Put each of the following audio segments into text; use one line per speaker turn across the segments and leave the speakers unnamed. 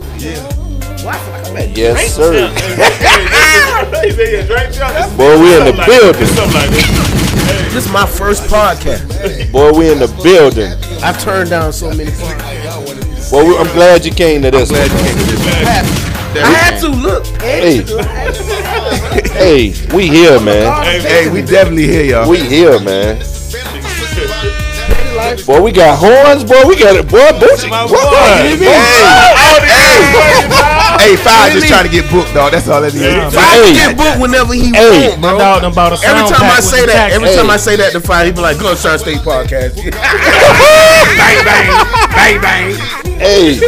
Yeah. Well, I feel like I'm at
Yes, sir.
Hey, they get drink shots.
Boy, we in the
Something like that.
building.
Something like that.
This is my first podcast.
Boy, we in the building.
I've turned down so many podcasts.
Boy, we, I'm glad you came to this. one.
I had to look.
Hey. hey, we here, man.
Hey,
Hey, we definitely hear y'all.
We here, man. Boy, we got horns, boy. We got it, boy. Boochie.
my
boy,
boy.
you mean?
hey,
all the hey.
hey, Five just trying to get booked, dog. That's all that is.
Yeah.
Five,
I
Hey.
get booked whenever he
Hey.
want, bro.
Dog done bought a
Every
sound
time I
pack
say
with
that,
the
every
tax.
time I say that to Fire, he be like, Gunshot State Podcast.
bang, bang, bang, bang.
Hey,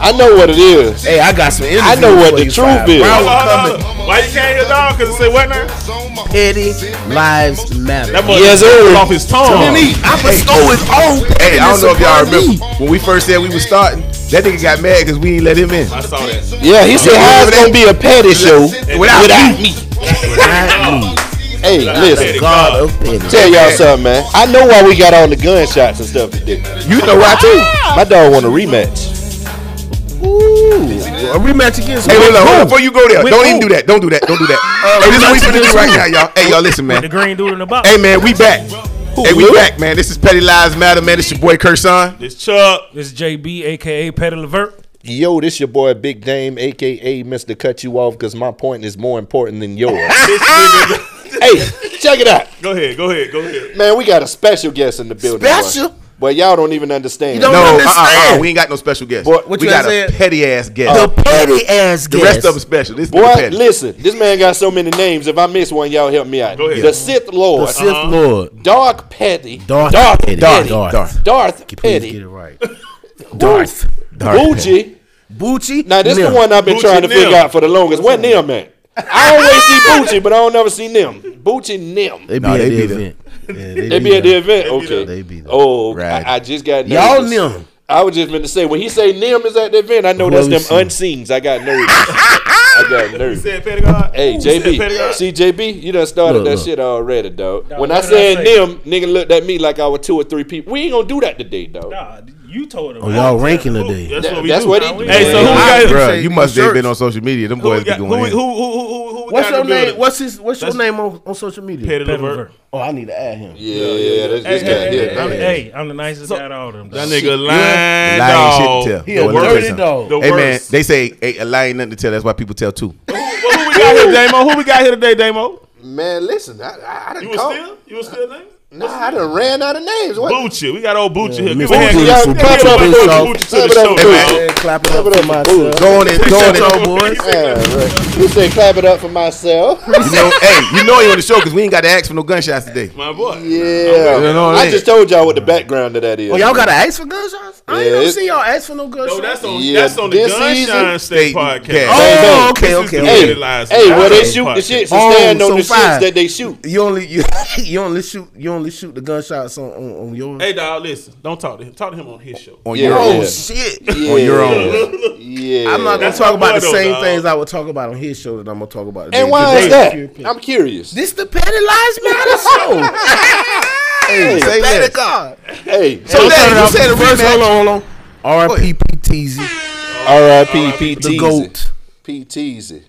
I know what it is.
hey, I got some interviews.
I know what
for
the
you,
truth
Fire.
is.
Brown
Hold on, hold on,
coming.
hold on. Why you can't hear dog? Cause it say what now?
Petty Lives Matter.
That boy
Yes, sir.
off his tongue.
Me, I bestow his own
Hey, I don't
pettiness
know if y'all
upon me.
remember when we first said we was starting. That nigga got mad because we ain't let him in.
I saw that.
Yeah, he said, how's it gonna be a petty show
Without
without, me?
I
Hey,
am
listen.
God.
God of petty.
Tell y'all something, man. I know why we got on the gunshots and stuff today.
You know why too?
My dog want a rematch.
Ooh, a rematch against
Hey,
me.
hold on, hold on. Before you go there,
With
don't
who?
even do that. Don't do that. Don't do that. hey, this is what we finna do right now, y'all. Hey, y'all, listen,
The
man.
green dude in the box.
Hey, man, we back. hey, we
Lil?
back, man. This is Petty Lives Matter, man. It's your boy Kersan.
It's Chuck.
This is JB, aka Petty Levert.
Yo, this your boy Big Dame, aka Mr. Cut You Off, because my point is more important than yours.
This nigga-
hey, check it out.
Go ahead, go ahead, go ahead.
Man, we got a special guest in the building. boy.
Special?
But y'all don't even understand.
You don't
No, uh, uh, uh,
understand.
we ain't got no special guest.
Boy,
what
we
you
got
said?
a petty ass guest.
The petty ass
the
guest.
rest of them special. This
Boy,
nigga petty.
listen, this man got so many names. If I miss one, y'all help me out.
Go ahead.
The Sith Lord,
The Sith Lord.
Dark Petty,
Darth
Darth
Petty.
Petty,
Darth.
Darth,
Please
Petty,
get it
Woo.
right. Darth.
Bucci.
Bucci.
Now this is the one I've been
Bucci
trying to
Nim.
figure out for the longest. What Nim at? I always see Bucci, but I don't never see Nim. Bucci Nim.
They be
Nah,
at the
they be there.
event. Yeah, they
They
be
be at the
there.
event.
They be
Okay.
there.
They be there.
Oh,
Right.
I, I just got
Y'all
nervous.
Nim.
I was just meant to say when he say Nim is at the event, I know that's
Whoever
them unseens. I got nervous. I got nervous.
Said Petty God.
Hey,
Who said Petty
JB.
God?
See, JB, you done started
Look,
that
look.
shit already, dog. when I
what did
said
I say?
them, nigga looked at me like I was two or three people. We ain't gonna do that today, dog.
Nah, you told him.
Oh, y'all ranking today.
That's what we
That's
do.
what he do.
Hey, so who
Yeah.
we
Ah,
got?
bruh,
say
you must have
shirts.
been on social media. Them
Who we
boys be
got? Who,
going
who,
in.
who, who, who, who we
What's
got
your
in the
name?
building?
What's his? What's your name on, on social media?
Petty
Petty
Levert.
Levert.
Oh, I need to add him.
Yeah, yeah, that's this
Hey,
guy
hey,
here.
hey,
man.
hey.
Hey, I'm the nicest out of all them.
That
dog.
nigga lying,
Lying
dog.
shit to tell.
He a
Boy, let me tell you
dirty
something.
dog.
The
Hey man,
worst.
they say hey, a lie ain't nothing to tell. That's why people tell two.
Well, who we got here, Damo? Who we got here today, Damo?
Man, listen, I, I, I done
You was
called-
still? You was still there?
Nah, I done ran out of names. What?
Bucci. We got old Bucci here. Give
Mr.
a
Bucci,
hand. Give a
y'all
hand
clap it up,
for
Bucci.
Bucci to
Clap
the
it
show,
up, Bucci.
man.
Hey, clap it up
Clap it
for
up for
myself.
Go on in, go on in. You
Yeah, right. You said clap it up for myself.
know, hey, you know you on the show because we ain't got to ask for no gunshots today.
My boy.
Yeah.
You know what
I
I mean?
just told y'all what the background of that is.
Oh, y'all gotta ask for gunshots? I ain't
Yeah,
never
it-
seen y'all ask for no gunshots.
No, that's on,
Yeah,
that's on the
this
Gunshine
season,
State
they-
podcast.
yeah.
Oh,
Hey,
okay,
this
okay,
is the
okay.
Hey,
Petty Lies
hey, well they
podcast.
shoot the shits and
Oh,
stand on
so
the
fine.
shits that they shoot.
You only you, you only shoot you only shoot the gunshots on on, on your.
Hey, dog, listen. Don't talk to him. Talk to him on his show.
On
Yeah.
your
oh
own.
shit!
On
your own.
Yeah.
I'm not gonna
That's
talk
my
about the
boy, though,
same
dog.
things I would talk about on his show that I'm gonna talk about. today.
And why is
Today,
that? I'm curious.
This the petty lives matter show.
hey,
Say
Petty
less.
God.
hey,
So
hey,
that you said the first.
hold on, hold on. R.I.P.P.T.Z.
R.I.P. P.
The goat.
P. Teasy.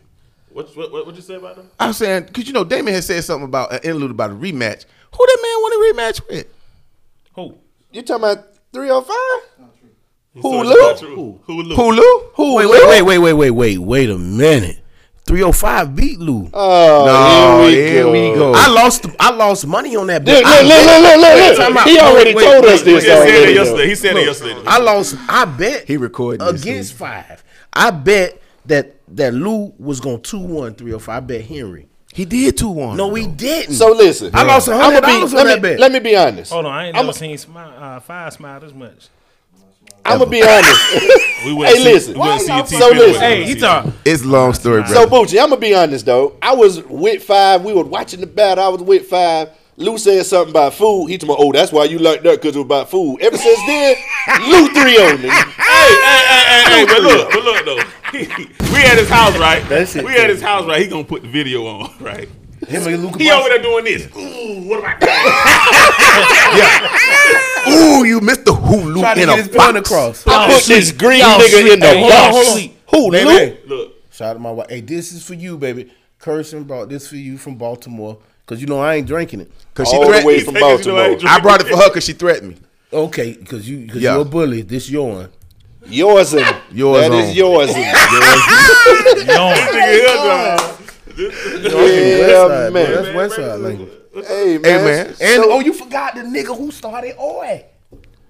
What what what what you say about them?
I'm saying because you know Damon had said something about an interlude about a rematch. Who that man want a rematch with?
Who?
You talking about 305? Who
Sorry, that's
Lou?
not true. Who Lou?
Hulu? Who?
Wait, wait, wait, wait, wait, wait, wait, wait a minute. 305 beat Lou.
Oh,
Oh,
here we go.
I lost I lost money on that. bet.
Look, look, look, look, look, look, look.
Time out.
He already
Wait,
told
wait,
us
wait,
this
He said that
already.
yesterday.
though.
He said that yesterday.
I lost. I bet
He recording this,
against five. I bet that that Lou was gonna two one three or five. I bet Henry.
He did two one.
No, he didn't.
So listen,
I lost
I'ma be-
$100 on
let me-
that bet.
Let me be honest.
Hold on, I ain't
I'm
never seen smile, uh, Five smile this much.
I'm gonna be honest.
We
Hey,
went to see-
listen.
We went to see
Why
your
y'all-
TV.
So
We went
listen.
to
Hey,
see it.
it's a long story, bro.
So Boochie, I'm gonna be honest though. I was with five. We were watching the battle. I was with five. Lou said something about food. He told me, "Oh, that's why you like that because it was about food." Ever since then, Lou three on it.
Hey, hey, hey, hey, hey, but look, but look though. we at his house, right?
That shit
we at his house, right? He gonna put the video on, right?
Him and Luka
He
Bus-
over there doing this. Ooh, what about that?
Ooh, you missed the Hulu
trying to
in
get
a
his point
box.
across.
I put this green nigga in the
Hey, y'all
box.
sleep.
Who,
Baby.
Lou?
Look,
Shout out to my wife. Hey, this is for you, baby. Kirsten brought this for you from Baltimore because you know I ain't drinking it.
Cause she
All the
threatened
way
me.
from
Niggas know I ain't
Baltimore.
drinking.
I brought it for her because she threatened me.
Okay, because you because
Yeah.
you're a bully. This your one.
Yours and
Yours
That
on.
is yours. and-
Yawn.
yeah, man.
That's West Side language.
Hey man.
Hey, man.
And
So-
oh, you forgot the nigga who started OI.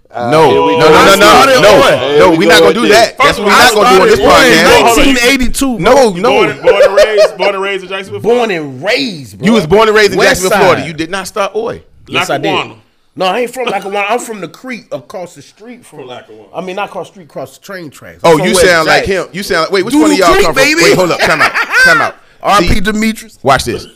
no,
here we go.
no, no, no,
Started
no,
on.
no, no.
Here we
we not
go
gonna do
with this.
that. That's what we're
I
not gonna do on this
started
podcast.
1982.
on.
No, no.
born, born and raised, born and raised in Jacksonville.
Born and raised, bro.
You was born and raised in
West
Jacksonville,
side.
Florida. You did not start Oi.
Yes, I did.
Lackawanna.
No, I ain't from Lackawanna. I'm from the creek across the street from,
Lackawanna.
I mean, not across the street, across the train tracks.
Oh,
From
you
West
sound like
Jackson.
him. You sound like wait. Which
Doodle
one of y'all
Creek,
come
baby.
from? Wait, hold up. Time out. Time out.
R.P.
See,
Demetrius.
watch this.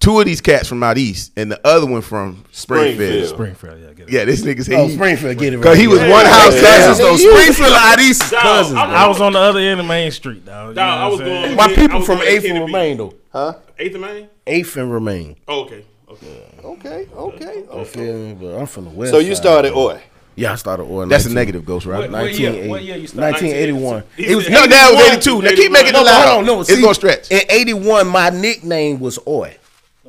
Two of these cats from out east, and the other one from Springfield.
Springfield.
Springfield, yeah, get it.
Yeah, this nigga's
Oh,
he,
Springfield, get it right.
Cause he was one house
Yeah.
cousin, so
Yeah.
Springfield out east is
Dog,
cousins.
I'm-
bro.
I was on the other end of Main Street, dog. You
Dog,
know
I was
what I'm saying?
going.
My
I
people
was
from
going
Eighth and
Kennedy.
Remain, though.
Eighth and Main.
Eighth and Remain.
Oh, okay. Okay.
Okay, okay.
You feel me? But I'm from the West.
So you
side.
started Oi.
Yeah, I started oil.
That's a negative ghost, right?
What- what year- what year you started?
1981.
He was-
No, that was 82. Now keep
81.
making the
No,
line.
I don't know.
It's gonna stretch.
In 81, my nickname was Oi.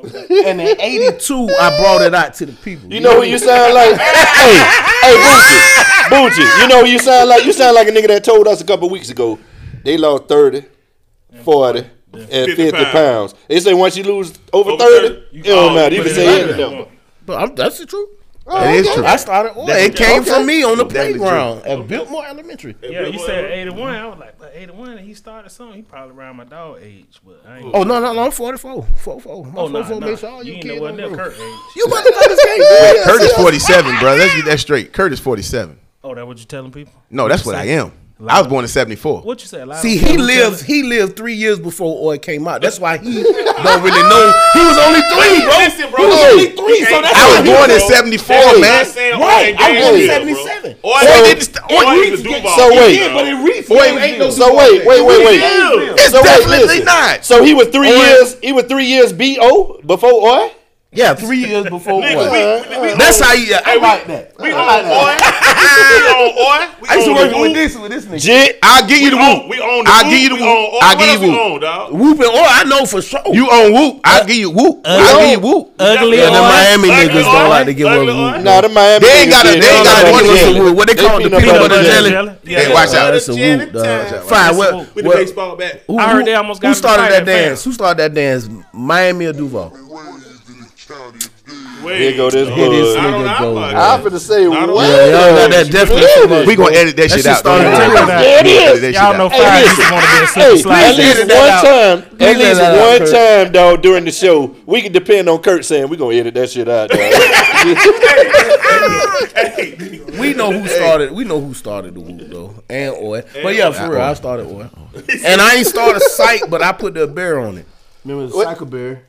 and in 82, I brought it out to the people.
You know who you sound like? hey, hey, Bucci, Bucci. You know who you sound like? You sound like a nigga that told us a couple weeks ago they lost 30, 40, and 50,
50 pounds.
pounds. They say once you lose over,
Over
30,
30,
it
you-
don't
oh,
matter. You
you
can
put
say
it in
any
there.
number.
But I'm, that's the truth.
That is true.
I started oil. It came from me on the playground at Biltmore Elementary.
Yeah, you said 81. I was like, but 81, he started something. He probably around my dog age, but I ain't.
Oh, no, no, no. I'm 44. 44. My 44
Oh, nah, nah.
makes all
You
you
ain't know
kids.
what
on the
that Kurt
roof.
age.
You motherfuckers can't do that.
Curtis 47, bro. Let's get that straight. Curtis 47.
Oh, that what you telling people?
No, that's what I am. I was born in 74.
What you said? Lyle?
See,
What
he
you
lives.
telling-
He lived three years before oil came out. That's why he don't really know. He was only three, bro.
Listen, bro.
He was
Hey,
only three, so
hey,
that's
I
why
was
he
born in
don't-
74, man.
Right, I'm born in
'77.
77.
Or
So-
they
So
didn't. Or you could do
So wait.
Yeah, but it reached.
Wait,
ain't no
So wait, wait, wait, wait.
It's
so wait,
definitely
listen.
not.
So he was three
Oi.
years. He was three years bo before Oi.
Yeah, three years before
Nigga,
oil.
we- we- we-
That's how you. I
we-
like that.
We own oil. We own oil. We
I used to
own
work
the
with
Whoop.
this with this nigga.
Jit.
I'll give you the
We own-
whoop.
we own the
I'll
Whoop.
give you the
We own
whoop.
oil.
I'll
What
give
else
you
we
whoop.
own, dog.
Whooping oil, I know for sure.
You own whoop. I'll give you whoop. I'll give you whoop.
Ugly
yeah, the
oil.
Miami
Ugly
niggas
oil.
don't like to give
Ugly
us
oil.
whoop.
Nah, the Miami.
They ain't
niggas
gotta-
said
they ain't
no, no,
gotta do
no,
this
jelly.
with
what they call it, the
peanut
peanut butter jelly.
Yeah,
Hey,
yeah.
watch out.
That's a whoop, dog. Fine. What?
With the
what-
baseball bat.
Who,
I heard
who-
they almost got
who
in a
started
fight
that
at Fair.
dance? Who started that dance? Miami or Duval?
Wait.
Here go this
Here this
bud.
I don't
nigga
know.
go.
I
I'm
like that.
finna say
I don't-
what?
Yeah,
yeah, that definitely too much.
We gonna edit that, shit
shit
out. Don't
started
worry
to
about
tear
it.
down. There it
Edit
is.
that shit
Y'all know
out.
Fire
listen.
used to want to be a
Hey,
slippery
at
slide.
least
edit
one
that
time, at
Please
least
edit that out,
one
Kurt.
time, though, during the show, we can depend on Kurt saying we're gonna edit that shit out. dawg."
We know who started. We know who started the whoop though, and oil. But yeah, for real, I started oil, and I ain't started psych, but I put the bear on it. Remember the psycho bear?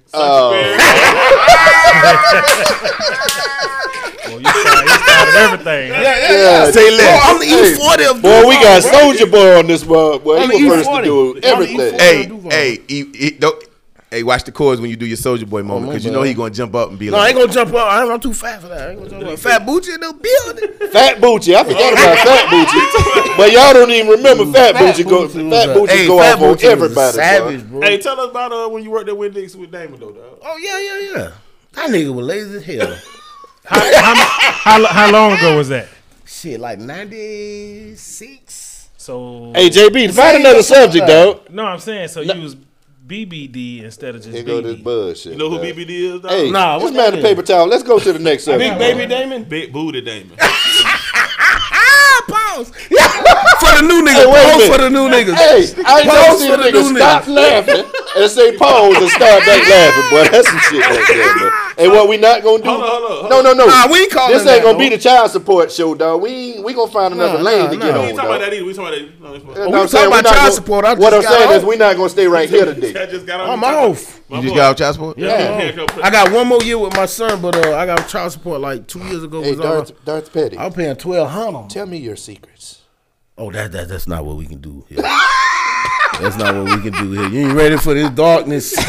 Well, you started, you started everything.
Yeah, yeah,
yeah.
Say
Bro,
less.
I'm the E forty of
Boy, we got
Duval, bro.
Soldier Boy on this mug. Boy,
E I'm
he
the
was first to
E40.
do
I'm the E
everything.
E40.
Hey,
Hey, hey, he- he- don't- hey, watch the chords when you do your soldier boy
Oh,
moment because you know he gonna jump up and be
No, Uh, I
like,
ain't gonna jump up. I'm, I'm too fat for that. I ain't gonna jump up. Fat Bucci in the building.
Fat Boochie, I forgot about Fat Boochie, but y'all don't even remember Fat Boochie. Go,
Boochie was
Fat
a-
Boochie go
Fat
off on
Boochie was a
everybody.
Savage,
dawg.
bro.
Hey, tell us about uh, when you worked at Wendy's with Damon though, dog.
Oh yeah, yeah, yeah. That nigga was lazy as hell.
How, how, how long ago was that?
Shit, like ninety six.
So
Hey, JB, find another subject, dog.
no, I'm saying so you was BBD instead of just
Here go this
BB.
bud shit.
You know who
dawg.
BBD is, dog?
Hey,
Nah,
this
what
man
that
the
is?
paper towel. Let's go to the next subject.
Big baby Damon.
Big booty Damon.
Ah, pause. for the new niggas.
Hey, wait a
pause
minute.
for the new niggas.
Hey, I ain't
Pause
never seen
for
a
the
nigga
new
stop
niggas.
laughing and say pause and start back laughing, boy. That's some shit right there, bro. And what we not gonna do?
Hold on, hold on, hold
no, no, no.
Nah, we ain't calling
this
that,
ain't gonna be
though.
the child support show, dog. We we gonna find another
Nah,
lane
nah,
to
nah.
get
We
on,
We ain't talking about
dog.
that either. We talking about that. No, that's fine.
You
we talking about
know what I'm saying? We not
child
gonna-
support. I
What I'm
just got
saying is
off.
we not gonna stay right here today.
I just got
I'm off.
you just got off child support. Yeah.
Yeah.
I got one more year with my son, but uh, I got child support like two years ago.
Hey,
was all-
Darth, Darth Petty,
I'm paying twelve hundred.
tell me your secrets.
Oh, that, that that's not what we can do here. that's not what we can do here. You ain't ready for this darkness.
Oh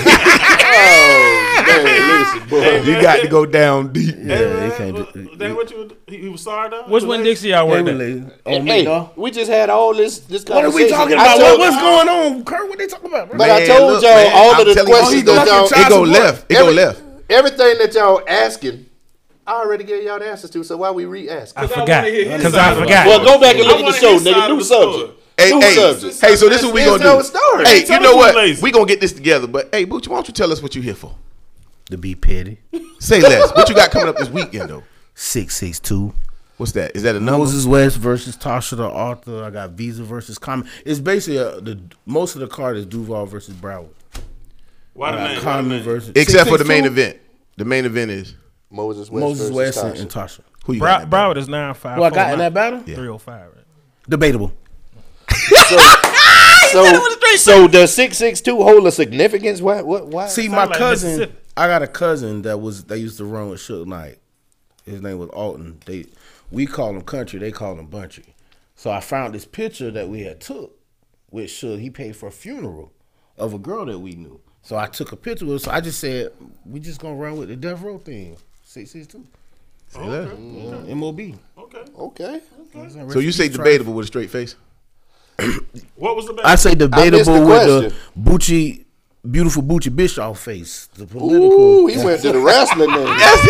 listen, boy.
You got to go down deep.
Yeah, they
Hey,
can't
man,
do
was that what you was- he, he was sorry though?
Which one Dixie y'all
They
worked at?
related.
Hey,
On me, dawg.
we just had all this this
What are
conversation.
we talking
I
about? What,
told-
what's going on, Kurt? What they talking about? bro?
But I told y'all all of the questions
go,
that y'all-
it go left. It go
every-
left.
Everything that y'all asking, I already gave y'all the answers to. So why we re-asking?
I forgot.
wanna hear his
Because
side
I
of it.
forgot.
Well, go back and
I
look at the
wanna
show,
hear side
nigga.
of
New
the story.
subject.
Hey,
New
hey,
subject.
hey, so this is what we
It's
gonna do.
our story.
Tell
Hey, you
us
know
who's
what?
lazy.
We gonna get this together. But hey, Booch, why don't you tell us what you here for?
To be petty.
Say less. what you got coming up this weekend though?
Six six two.
What's that? Is that a number?
Moses West versus Tasha the author. I got Visa versus Common. It's basically uh the most of the card is Duval versus Broward.
Why the
I
name?
got
Why the
Common
name?
versus
Except for the main
662?
event. The main event is
Moses West.
Moses
versus
West
Tasha.
and, and Tasha.
who you
Brow-
got? Bro,
Broward is 9 5.
Who I got in that battle?
305. Right?
Debatable.
So, so does six six two hold a significance? Why? What? Why?
See,
Sound
my
like
cousin,
Mississippi.
I got a cousin that was they used to run with Suge Knight. His name was Alton. They we call him country, they call him bunchy. So I found this picture that we had took with Suge. He paid for a funeral of a girl that we knew. So I took a picture with. her. So I just said, we just gonna run with the death row thing. Six six two. Mob.
Okay.
okay.
so you say debatable with a straight face?
What was the best?
I say
missed the
debatable with the
question.
Bucci, beautiful Bucci Bischoff face. The political.
Ooh, he went to the wrestling name.
Yes, he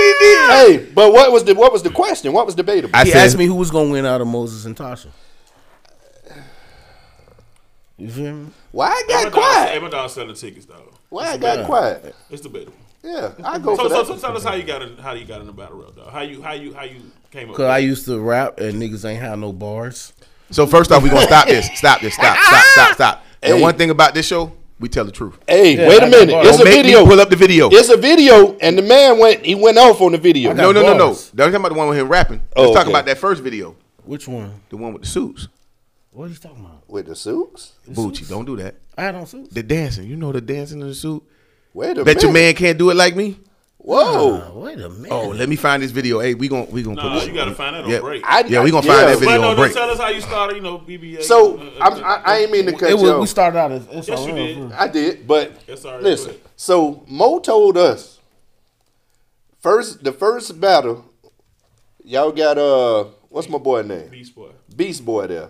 did.
Hey, but what was the what was the question? What was debatable?
I
He
said-
asked me who was gonna win out of Moses and Tasha. You feel me?
Why I
Hey,
got
my dog- Hey,
quiet?
my dog selling tickets though.
Why I got quiet?
It's debatable.
Yeah, I go
So,
for
so, so
that.
tell us how you got in, how you got in the battle royale though. How you how you how you came up.
Cause I used to rap and niggas ain't had no bars.
So first off, we gonna stop this. Stop this. Stop. Stop. Stop. Stop.
Hey.
And one thing about this show, we tell the truth.
Hey,
Yeah,
wait a
I got
minute.
bars.
It's
Don't
a
make me
video.
pull up the video.
It's a video, and the man went. He went off on the video.
got-
No, no, no, no.
bars.
Don't talk about the one with him rapping. Let's
Oh,
talk
okay.
about that first video,
Which one?
the one with the suits.
What are you talking about?
With the suits.
Boochie, don't do that.
I don't see.
The dancing, you know the dancing in the suit.
Wait a
Bet
minute.
your man can't do it like me.
Whoa.
Uh, wait a minute.
Oh, let me find this video. Hey, we gon' we gonna
Nah,
put this.
you gotta find that on
yeah.
break.
I-
yeah, we gonna find
yeah.
that video
but no,
on
just
break.
tell us how you started. You know, BBA.
So
uh, uh,
I'm, I, I ain't mean to cut
it
you
was, we
off.
started out as it's
Yes, you
all
did.
right.
I did, but
Yes, sir,
listen.
go ahead.
So Mo told us first the first battle. Y'all got uh, what's my boy name?
Beast Boy.
Beast Boy there.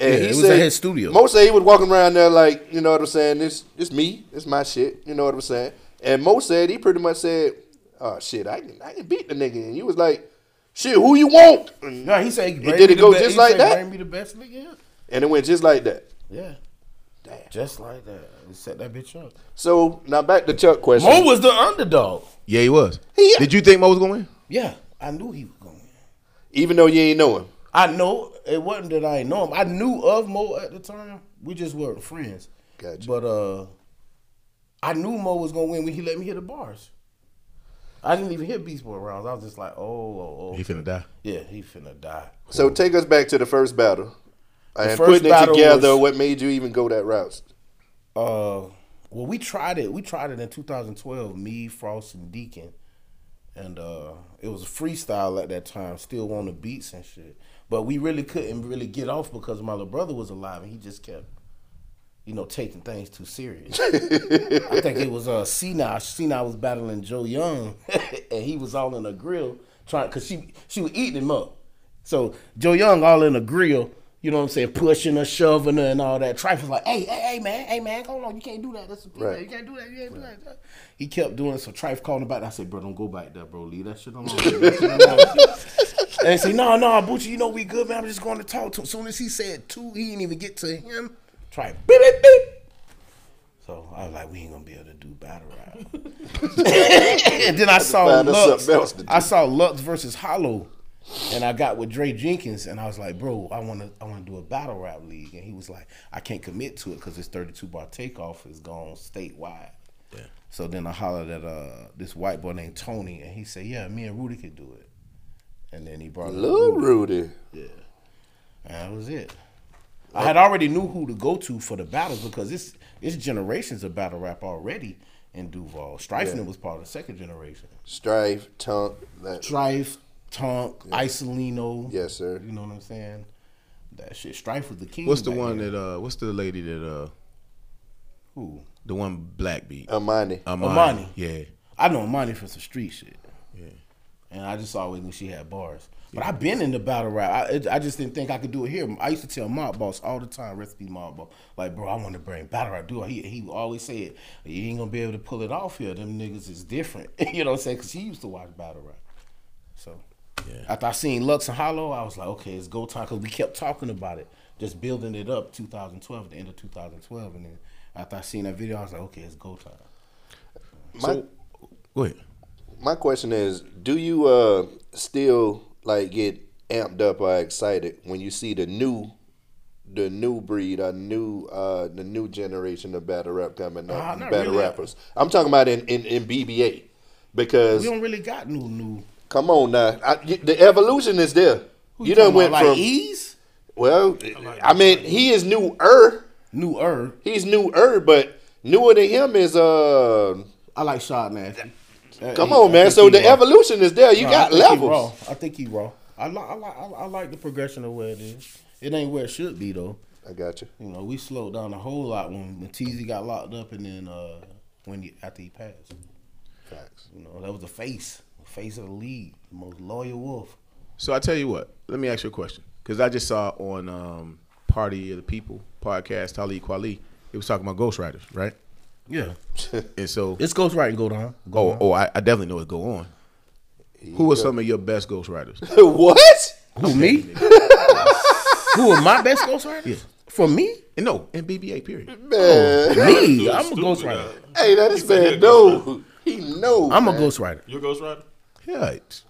And
Yeah,
he
it was
said,
at his studio.
Mo said he was walking around there like, you know what I'm saying? This it's me. It's my shit. You know what I'm saying? And Mo said he pretty much said, Oh shit, I can I can beat the nigga. And you was like, shit, who you want? And,
No, he said. he bring
did
me
it
the
go
be-
just
he
like
said,
that?
Bring me the best nigga.
and it went just like that.
Yeah. Damn. Just like that. We set that bitch up.
So now back to Chuck question.
Mo was the underdog.
Yeah, he was.
He-
Did you think Mo was gonna win?
Yeah, I knew he was going.
Even though you ain't know him.
I know it wasn't that I didn't know him. I knew of Mo at the time. We just weren't friends.
Gotcha.
But uh, I knew Mo was gonna win when he let me hit the bars. I didn't even hit Beast Boy rounds. I was just like, oh, oh, oh.
He finna die.
yeah, he finna die.
So take us back to the first battle. and
first
putting it
battle
together,
was-
what made you even go that route?
Uh, well, we tried it. We tried it in 2012. Me, Frost, and Deacon, and uh, it was a freestyle at that time. Still on the beats and shit. But we really couldn't really get off because my little brother was alive, and he just kept, you know, taking things too serious. I think it was uh Cena. Cena was battling Joe Young, and he was all in a grill trying because she she was eating him up. So Joe Young all in a grill, you know what I'm saying, pushing her, shoving her, and all that. Trifle's like, hey, hey, hey, man, hey, man, hold on, you can't do that. That's a
Right.
you can't do that. You can't do that. He kept doing it, so Trife called him back. I said, bro, don't go back there, bro. Leave that shit alone. Leave that shit alone. and he said, no, no, Bucci, you know we good, man. I'm just going to talk to him. soon as he said two, he didn't even get to him. Trife, beep, beep, beep. So I was like, we ain't gonna be able to do battle rap. and then I saw
find us
Lux.
something else to do.
I saw Lux versus Hollow, and I got with Dre Jenkins, and I was like, bro, I wanna I wanna do a battle rap league, and he was like, I can't commit to it because this 32 bar takeoff is gone statewide. So then I hollered at uh, this white boy named Tony, and he said, yeah, me and Rudy could do it. And then he brought up
Lil
Rudy.
Rudy.
And that was it. I had already knew who to go to for the battles because it's it's generations of battle rap already in Duval. Strife was part of the second generation.
Strife, Tunk, that
Strife, Tonk, Isolino.
Yes, sir.
You know what I'm saying? That shit. Strife was the king.
What's the
back
one
then.
that uh? What's the lady that uh?
Who?
The one black beat.
Amani.
Uh, Amani.
Yeah.
I know Monty for some street shit. And I just always knew she had bars. But I've been in the battle rap. I, it- I just didn't think I could do it here. I used to tell Mob Boss all the time, recipe Mob Boss, like, bro, I want to bring battle rap. Dude, he, he would always say it. You ain't going to be able to pull it off here. Them niggas is different. you know what I'm saying? Because he used to watch battle rap. So after I seen Lux and Hollow, I was like, okay, it's go time. Because we kept talking about it, just building it up 2012, the end of 2012. And then after I seen that video, I was like, okay, it's go time.
My,
Go ahead.
my question is, do you uh still like get amped up or excited when you see the new the new breed or new uh the new generation of battle rap coming up
Nah,
and
not
battle
really.
rappers? I'm talking about in, in, in BBA. Because
We don't really got new, new.
come on now. I, y- the evolution is there. you done
talking
went
about,
from
like ease,
well I mean, he is new er.
new er.
He's newer, but newer than him is uh
I like Uh, Shot Nasty.
Come on, man. So the evolution is there. You got levels.
I think he raw. I like, I like, I like the progression of where it is. It ain't where it should be though.
I got you.
You know, we slowed down a whole lot when when TZ got locked up, and then uh, when he, after he passed,
Facts.
you know, that was the face, the face of the league, the most loyal wolf.
So I tell you what, let me ask you a question because I just saw on um, Party of the People podcast, Talib Kweli, it was talking about ghostwriters, right?
Yeah,
And so,
it's Ghost Right and Go Down. Go
oh, oh, I, I definitely know it go on. Who are some of your best ghostwriters?
what?
who me? who are my best ghostwriters? For me,
And no, in BBA period.
Man.
me,
Dude,
I'm a
stupid,
ghostwriter.
uh,
Hey, that is bad. No. He knows.
I'm a
man.
ghostwriter.
You a ghostwriter?
Yeah, it's-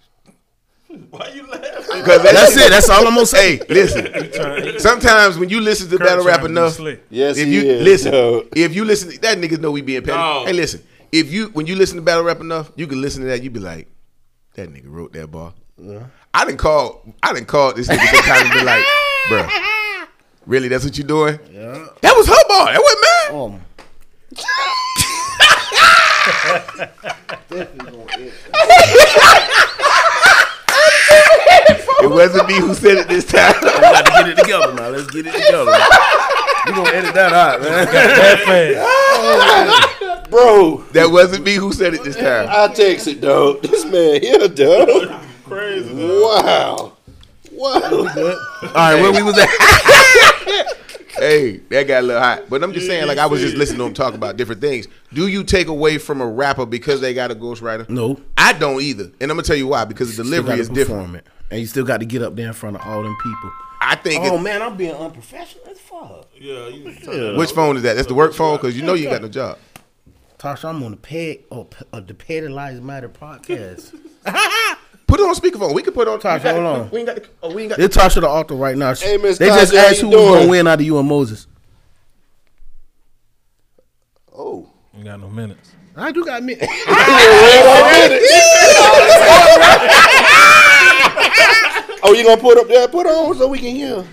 Why you laughing?
because
That's it. That's all I'm gonna say.
Hey, listen. Sometimes when you listen to battle rap
trying to be
enough,
slick.
Yes,
if
he
you
is,
listen,
dog.
if you listen, that niggas know we being petty.
Dog.
Hey, listen, if you when you listen to battle rap enough, you can listen to that. You be like, that nigga wrote that bar. I didn't call. I didn't call this nigga sometimes and be like, bro, really? That's what you doing?
Yeah.
That was her bar. That wasn't mine.
Oh.
Um,
It wasn't me who said it this time.
got to get it together now. Let's get it together. We gonna edit that out, man.
That fast.
Bro,
that wasn't me who said it this time.
I text it, dog. This man here, dog.
Crazy.
Wow. Wow.
All right, where we was at?
Hey, that got a little hot. But I'm just saying, like I was just listening to him talk about different things. Do you take away from a rapper because they got a ghostwriter?
no,
I don't either, and I'm gonna tell you why. Because the
still
delivery
gotta
is different.
perform it. and you still got to get up there in front of all them people.
I think.
Oh
it-
man, I'm being unprofessional as fuck.
Yeah, you yeah.
which phone is that? That's the work phone, because you know you ain't got no job.
Tasha, I'm on the peg or, or the Petty Lives Matter podcast.
Put it on speakerphone. We can put it on.
Tasha,
we got-
hold on.
We ain't got. the- Oh, we ain't got.
it's Tasha the author right now. She-
Hey, Miss
they just
Tasha, how
asked
you
who was gonna
doing?
win out of you and Moses.
Oh.
You got no minutes.
I do got me.
Oh, you gonna put up that put on so we can hear?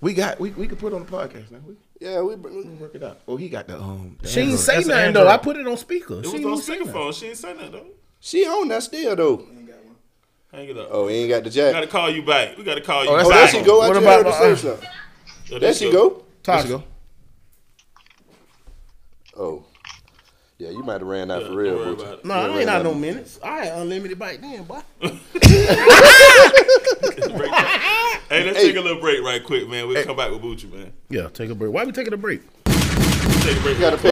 We got. We we can put it on the podcast now. We can
Yeah, we. we-
work it out. Oh, he got the um. the
she ain't
Android.
say
That's an
nothing though.
Android.
I put it on speaker.
It
She
was
ain't
on
say nothing.
speakerphone. She ain't saying that though.
She on that still though.
Hang it up.
Oh, he ain't got the
We gotta
jack.
call you back. We gotta call you
that's
Oh,
back.
there she go. I
What
just
about
heard her
my- uh,
say something.
Yeah,
There she go.
There she
Tasha.
go.
Oh. Yeah, you might have ran out
Yeah,
for
don't
real.
worry
Boots.
about it.
No, I ain't out no minutes. I ain't unlimited bite then, boy.
Hey, let's take a little break right quick, man. We'll come back with Bucci, man.
Yeah, take a break. Why we taking a break?
Take a break.
Gotta pay-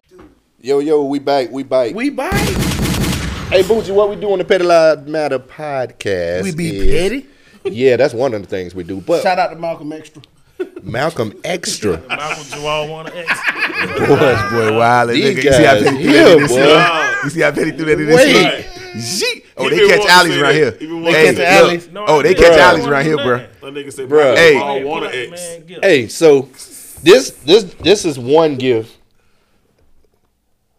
Yo, yo, we bike, we bike.
We bite.
hey, Boogie, what we do on the Petty Lives Matter podcast?
We be
is-
petty.
Yeah, that's one of the things we do. But
Shout out to Malcolm Extra.
Malcolm Extra,
Malcolm Jawal want to X.
This boy wild. as
These
nigga. You see how
guys here,
petty threaded this
boy.
look? You see how petty threaded
Wait.
this look? Yeet. Oh,
He
they
been
catch
wanting to
alleys
say
right
that.
here.
He been wanting to
Hey,
say
that.
look.
Alleys.
No,
Oh,
I
they
didn't.
catch
I
alleys
wanna
right
do
here, bro.
nothing.
That nigga said,
Bruh.
bro,
Hey.
hey, all want
Black
to X.
man, get up.
hey, so this this this is one gift.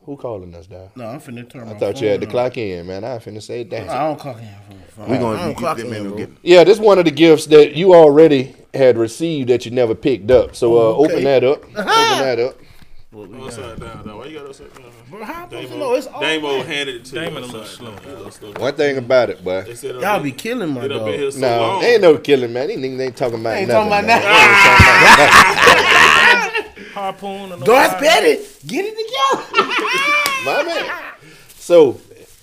Who calling us, dog?
No, I'm finna turn.
I thought you had to clock in, man. I finna say that.
I don't clock in. from the phone.
We
I
gonna
don't
you-
clock
that
in,
man will
bro.
get-
Yeah, this one of the gifts that you already had received that you never picked up. So uh, open
okay.
that up. open that up.
Oh, Upside down, down. Why you uh, got upside down?
Bro, how am I supposed to know?
Damo,
It's all
Damo Oh, handed it to
Damo
you.
a little
upside
slow.
down. He a little slow.
One thing about it, boy.
They said,
Y'all
uh,
be killing my
they done been here
dog.
so
No,
long.
ain't no killing, man. These niggas ain't talking about
Ain't
nothing.
talking about
man.
nothing.
They ain't talking about nothing.
Harpoon and
Darth Petty, get it together.
My man. So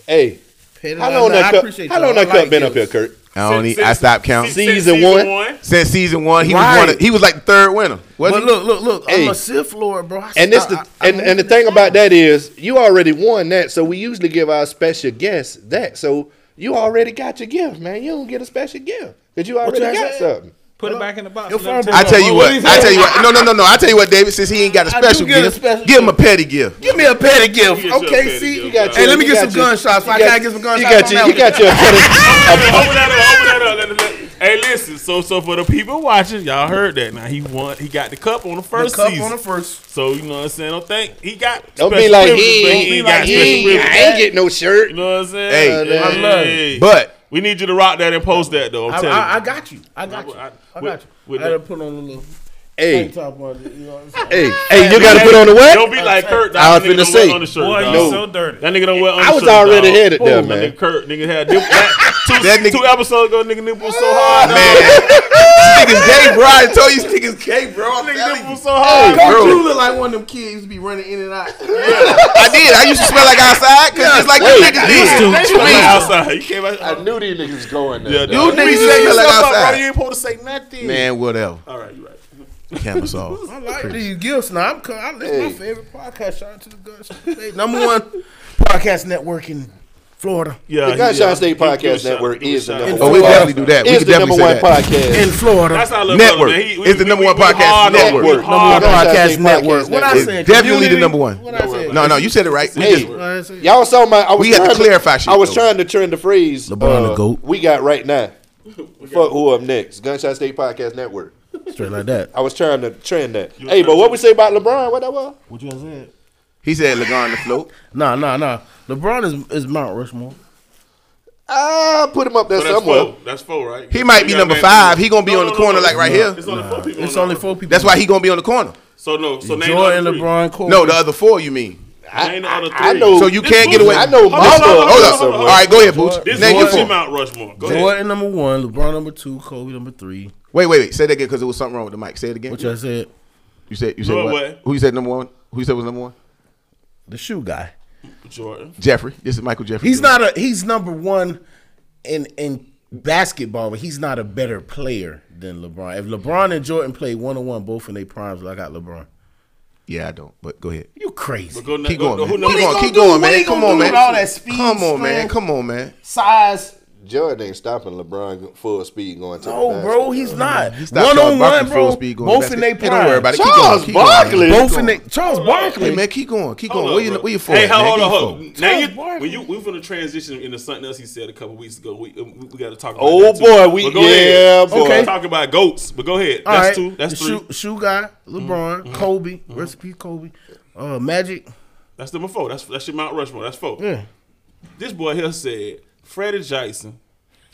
Hey,
Petty
how
like,
long
nah,
that
I
cup?
appreciate
How
y'all.
long
I
that
like
cup been
this.
up here, Kurt?
I don't need. I stopped counting.
since- Season one.
Since season one, he
Right.
was one. Of, he was like the third winner. Was
But look, look, look.
Hey.
I'm a Sith Lord, bro. I-
And this
I-
the
I- I
and, and the
moved
thing
it
about
down.
that is you already won that, so we usually give our special guests that. So you already got your gift, man. You don't get a special gift because you already
y'all
got
said?
something.
Put it back in the box.
Your
Let me
phone
I
tell
tell you
What
what.
he
I
said?
tell you what. No, no, no, no. I tell you what, David. Since he ain't got a
I do
special
get a
gift,
special
give him a petty gift.
Give me a petty gift.
Get your
Okay,
petty
see,
gift,
You got
bro.
your-
Hey, let me
you
get some
got your-
gunshots. I
you
gotta get some
You
gunshots.
got your, you got your petty.
Hey, open that up, open that up. Let- let- let- Hey, listen. So, so for the people watching, y'all heard that. Now he won. He got the cup on the first
cup
season.
on the first.
so you know what I'm saying. Don't think he got.
Don't be
special
like
privileges,
he
but
ain't.
ain't
He
got special
ain't. I
privileges.
ain't get no shirt.
You know what I'm saying?
Hey,
I
love
Hey.
But
we need you to rock that and post that though. I'm
I,
telling
I, I
you.
got you. I got you. I
with-
got you. I
with
gotta
the-
put on a little.
Hey,
Tank top on it, you know what I'm saying?
hey, hey! You gotta put on the what?
Don't be like Kurt.
I was
That nigga
finna
don't wear
say.
on the shirt.
Boy,
dog.
you so dirty.
That nigga don't wear on the
I was
shirt,
already
dog.
headed there,
That
man.
nigga Kurt, nigga had nip, that, two,
That nigga-
two episodes ago, nigga nipples so hard. dog.
man, this nigga's gay, bro. I told you, this nigga's gay, bro. I'm
Nigga
telling you.
nipples so hard.
Bro,
Bro,
you look like one of them kids used to be running in and out.
I did. I used to smell like outside because it's like you niggas did. What you
Come
mean?
outside. You came out.
I knew these niggas was going there.
Yeah,
dog.
You
dog.
niggas say you like outside.
ain't supposed to say nothing.
Man, whatever.
All right, you right.
Cameras off.
I like these gifts now. I'm co- I, this
Hey.
my favorite podcast. Shout out to the Gunshots. Hey, number one podcast network in Florida.
Yeah,
The Gunshot State
Give- give
Podcast
a shout.
Network
Give a
is the
shout.
number
Oh, we
Florida
definitely do that. We
It's
can
the number
definitely
one
say that.
In
podcast.
Florida.
That's our little
Network.
brother, man. He- we-
It's the
we-
number
we-
one
we
podcast
hard on it.
network.
We
Number
hard on it.
Gunshot
podcast
State
network.
Podcast
What I
Network.
said?
Definitely the
community?
number one.
What I said?
No, no, you said it right. We
Hey.
just-
What I said?
Y'all saw my. I was
We had to
trying
clarify shit,
I was
though.
trying to turn the phrase.
LeBron the
uh,
GOAT.
We got right now. Fuck who up next? Gunshot State Podcast Network.
Straight like that.
I was trying to trend that. hey, but what we say about LeBron? What that was?
What you guys said?
He said LeBron the float.
Nah, nah, nah. LeBron is is Mount Rushmore.
I Ah, put him up there
But that's
somewhere.
four. That's four, right?
He might
You
be
got
number
name-
five. He gonna be
No,
on
no,
the
no,
corner
no.
like right here.
It's only four people.
It's
on
only
the-
four people.
That's why he gonna be on the corner.
So no. So name
Jordan,
the other three.
LeBron, Kobe.
No, the other four. You mean?
I,
Name the other
I- I
three.
know.
So you
This
can't get
bullshit.
away.
I know.
Hold
my
up,
stuff
hold up,
Hold
is
up.
somewhere.
All right, go ahead, Booch.
This
Name your
is
four.
Mount Rushmore. Go ahead.
Jordan number one, LeBron number two, Kobe number three.
Wait, wait, wait. Say that again because there was something wrong with the mic. Say it again.
Which I said,
You said you said
No,
what?
what?
Who you said number one? Who you said was number one?
the shoe guy.
Jordan.
Jeffrey. This is Michael Jeffrey.
He's not a he's number one in in basketball, but he's not a better player than LeBron. If LeBron and Jordan played one on one both in their primes, I got LeBron.
Yeah, I don't. But go ahead.
You crazy.
Go,
Keep
go,
going, man.
Who
Keep
number
going.
gonna
Keep
do?
going,
What he
man. Come
gonna
on,
do
man.
with all that speed,
Come on, man.
strength?
Come on, man.
Size.
Jordan ain't stopping LeBron full speed going to.
No,
the
bro,
basket.
he's not. One
Stop
on
Charles Barkley
one,
full
bro.
speed going to
Both
the
in their
basket.
prime.
Hey, don't worry about it.
Charles
keep going, keep
Barkley.
Going, man.
Both in their Charles Barkley.
Hey man, keep going, keep going.
Hold
Where
up,
you
bro.
where you for?
Hey,
at,
hold,
man?
hold
Where
on,
you for
hold
at?
on. Now you,
Charles Barkley.
when you, we finna transition into something else he said a couple weeks ago. We, we got to talk. About
Oh,
that too.
boy, we-
But go
yeah,
ahead.
boy.
Okay. Talk about goats, but go ahead.
All
that's
right,
two. That's
the
three. Mm-hmm.
Shoe, shoe guy, LeBron, Kobe, recipe Kobe, uh, Magic.
That's number four. That's that's your Mount Rushmore. That's four.
Yeah.
This boy here said Freddie Jackson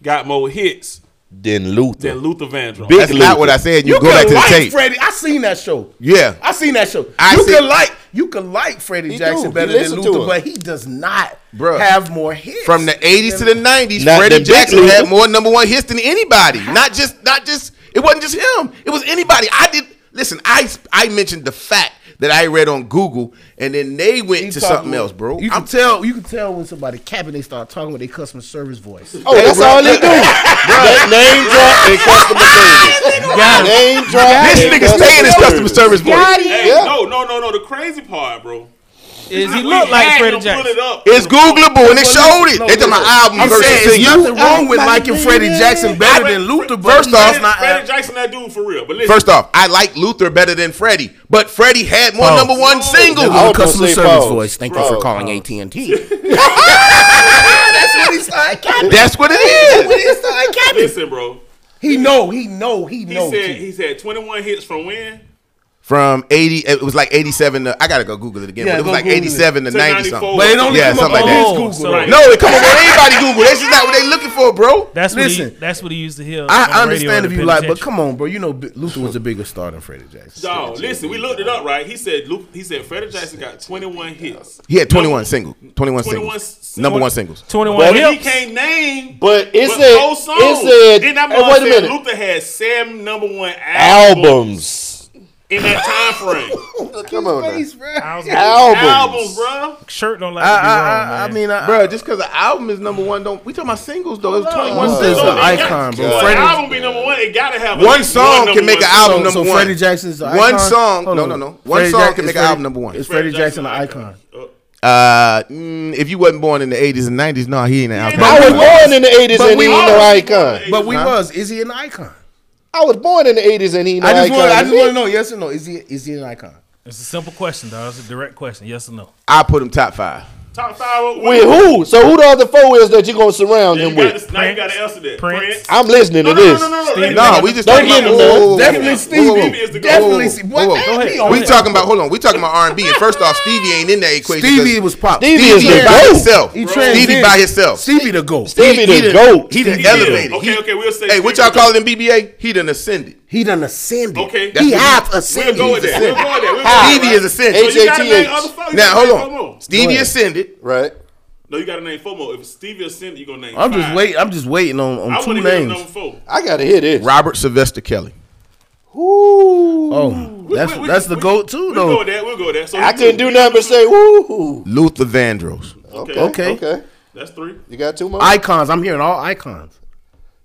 got more hits
Then Luther.
than Luther Vandross.
Big
That's not what I said. You,
You
go back
could
to the
like
tape.
Freddie. I seen that show.
Yeah.
I seen that show.
I
you
see-
could like you could like Freddie
He
Jackson
do. He
better than
listen to
Luther,
him.
but he does not
Bruh.
have more hits
From the '80s to the '90s,
Not the
Freddie
big
Jackson
league.
had more number one hits than anybody. Not just, not just. It wasn't just him. It was anybody. I did. Listen, I I mentioned the fact that I read on Google, and then they went
He
to
talking-
something else, bro.
You can
I'm
tell. You can tell when somebody capping. They start talking with their customer service voice.
Oh, that's all he do. That name drop and customer service. Name drop.
this
and
nigga stay in his customer service voice.
Hey,
Yeah.
no, no, no, no. The crazy part, bro.
Is he
We
look like
had
Freddie
him put it
Jackson?
up.
It's Googleable, and they showed it. They did my album
I'm
versus
saying there's
single.
nothing wrong with liking Freddie Jackson better than Luther. But
First
he
off-
does not
Freddie
have-
Jackson, that dude for real. But listen,
First off, I like Luther better than Freddie, but Freddie had more
Oh.
number one
No.
singles.
I was gonna
customer
say
service
pause.
voice. Thank you
Pause.
for calling AT and T.
That's what it is.
listen, bro.
He know. He know. He
He
know.
said
T.
he said 21 hits from when
From eighty, it was like eighty-seven. To, I gotta go Google it again,
Yeah,
but it was
go
like
Google it.
eighty-seven to
to 94.
ninety something.
But it only
Yeah,
come up
something
on
like that.
his Google.
Right.
No, it come up on anybody Google. That's just not what they looking for, bro.
That's what
Listen.
he, that's what he used to hear. on
I, I
the radio
understand if
in
you
the
like, but
penitentiary.
come on, bro. You know B- Luther was a bigger star than Freddie Jackson.
Dog, listen, we looked it up, right? He said Luke, he said Freddie Jackson got 21 hits.
He had twenty-one single, twenty-one
21
singles, number one singles.
21
But he
hips.
can't name
But it
but
said,
whole songs.
it said,
then that
and wait a
mother said
minute,
Luther had seven number one albums.
albums.
in that time frame.
Come on, now.
I
albums,
was
Albums, bro.
shirt don't like
I,
to be wrong,
I, I,
man.
I mean, I,
bro. Just because the album is number one, don't we talking about singles though? It was twenty one
Oh,
singles.
it's
Don't
an
be-
icon, bro.
Well,
Freddie-
an album be number one. It gotta have
One song
number
can make
one
an
song.
album
so,
number
so
one.
Freddie Jackson's the icon?
One song-
Hold
no,
on.
no, no. One
Freddie
song
Jack-
can
is
make an
Freddie-
album number one.
Is
Freddie
Freddie Jackson an
Jackson,
icon?
Uh, mm, if you wasn't born in the eighties and nineties, no, he ain't an
ain't
album.
I was born in the 80s
But
and
we
he ain't
all-
no icon.
But we
Huh?
was. Is he an icon?
I was born in the 80s and he ain't no
I just
icon.
want. I just want to know. Yes or no? Is he? Is he an icon?
it's a simple question, dog. It's a direct question. Yes or no?
I put him top five.
Top five. with-
With who? So who the other four is that you gonna surround
You
him
got
with?
to, now you gotta answer that.
Prince.
Prince.
I'm listening
No,
to
no, no,
this.
no, no, no.
Steve-
No, we just talking
get
about-
him, man.
whoa, whoa, whoa,
Definitely
whoa,
Stevie.
whoa, whoa, whoa.
Stevie is the goat.
Definitely
Whoa,
Stevie.
whoa,
What?
whoa.
Hey,
ahead,
he
go
on
We
ahead.
that.
talking about hold on. We talking about R and B. And first off, Stevie ain't in that equation. 'cause
Stevie was pop.
Stevie is
Stevie
the
by
GOAT.
himself.
He
Stevie
transcended.
by himself.
Stevie the goat.
Stevie
He- he
the
done-
GOAT.
He done
He did.
elevated.
Okay,
He-
okay, we'll say.
Hey, what y'all call it in BBA? He done ascended.
He done ascended.
Okay.
He
That's
have
We'll
ascended.
go with that. We'll go with that. We'll go with
Stevie
that.
is ascended.
So you gotta name
HATH.
other folks. You
Now
gotta
hold
name
on.
four more.
Stevie
ahead.
ascended.
Right.
No, you gotta name four more. If Stevie ascended, you gonna name.
I'm just
five.
waiting. I'm just waiting on, on
I
two
want to hear number
names.
four.
I gotta hear this.
Robert Sylvester Kelly.
Ooh.
Oh,
We-
that's
we- we-
that's the
we-
goat too
We'll go
though.
with that. We'll go with that. So
I
we
couldn't
good.
do nothing but say woo.
Luther Vandross.
Okay.
Okay.
Okay.
That's three.
You got two more.
Icons. I'm hearing all icons.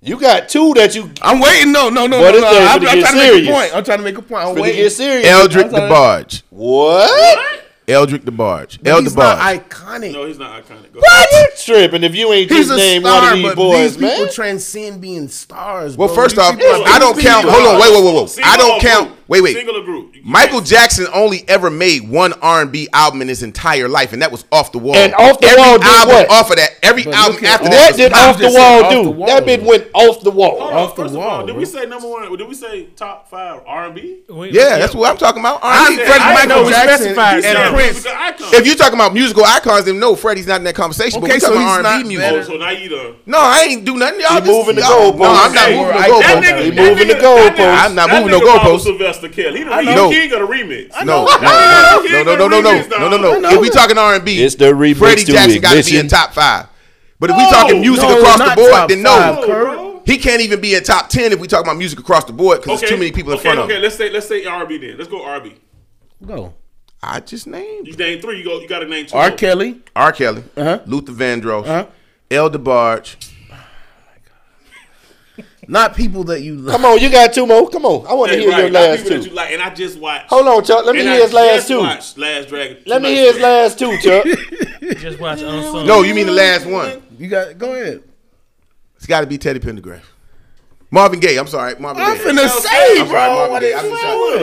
you got two that you
I'm waiting. No, no, no,
Boy,
no.
this
no.
thing
I'm,
finna
I'm
get
trying to make a
serious.
point. I'm trying to make a point. I'm
finna
waiting.
get serious.
Eldrick
I'm sorry.
DeBarge.
what?
Eldrick DeBarge.
But
El
he's not
DeBarge.
iconic.
No, he's not iconic. Go
What? Tripping if you ain't
He's
just
a
name
star,
one of these
but
boys,
these
man.
people transcend being stars.
Well,
bro.
first
These
off,
people-
I don't
these
count.
people-
Hold on, wait, wait, wait, wait.
Single
I
or
don't count.
group?
Wait, wait.
Single or group? You can't-
Michael Jackson only ever made one R&B album in his entire life, and that was Off the Wall.
And Off the
every
Wall did
album
what?
off of that, every
But
album
look at
after
all-
that,
That
was
did
pop.
off the
just said
wall,
off the
dude.
wall.
That bit went off the
Hold
wall.
on,
Off the
first of
wall,
all, did
bro.
we say number one? Did we say top five R and B?
We-
Yeah, that's what I'm talking about. R&B.
said-
Freddie
I
Michael
know we
Jackson
specified
and
something.
Prince. If you're talking about musical icons, then no, Freddie's not in that conversation. but
Okay,
we
so
talking
he's
about R&B
not
music.
better-
oh, so now you done.
No, I ain't do nothing. Y'all
He
just,
moving the
y'all-
goalposts.
No, I'm not
Hey,
moving the
that
That
goalposts.
nigga-
nigga,
He
that
moving the
nigga- that
goalposts.
nigga-
I'm not
that
moving no
nigga Pablo
goalposts.
Sylvester Kelly, he the
I
re-
know.
king of the remix.
No,
I
no, no,
know.
no, no, no, no, no, no, no, no. If we talking R and B,
It's the remix
Freddie
to
Jackson got to be
Ignition.
in top five. But if we
No,
talking music
no,
across the
not
board,
top
then
five,
no,
Kurt.
bro.
he can't even be in top ten if we talking about music across the board because there's too many people in
okay,
front of
Okay,
him.
let's say let's say R and B then. Let's go R and B.
Go.
I just named
You name three. You go. You got to name two.
R.
more.
Kelly.
R. Kelly,
Uh-huh.
Luther Vandross,
Uh-huh.
El DeBarge.
Not people that you love.
Come on, you got two more. Come on, I want to
Hey,
hear
right,
your
not
last
people that
two.
you like, and I just watched.
Hold on, Chuck. Let me
and I
hear his
just
last two.
watched Last Dragon.
Let me
Two
hear his
Dragon.
last two, Chuck.
Just watch Unsung.
No, you mean the last one?
You got go ahead.
It's got to be Teddy Pendergrass. Marvin Gaye. I'm sorry, Marvin
I'm
Gaye.
finna
say,
say, bro. What is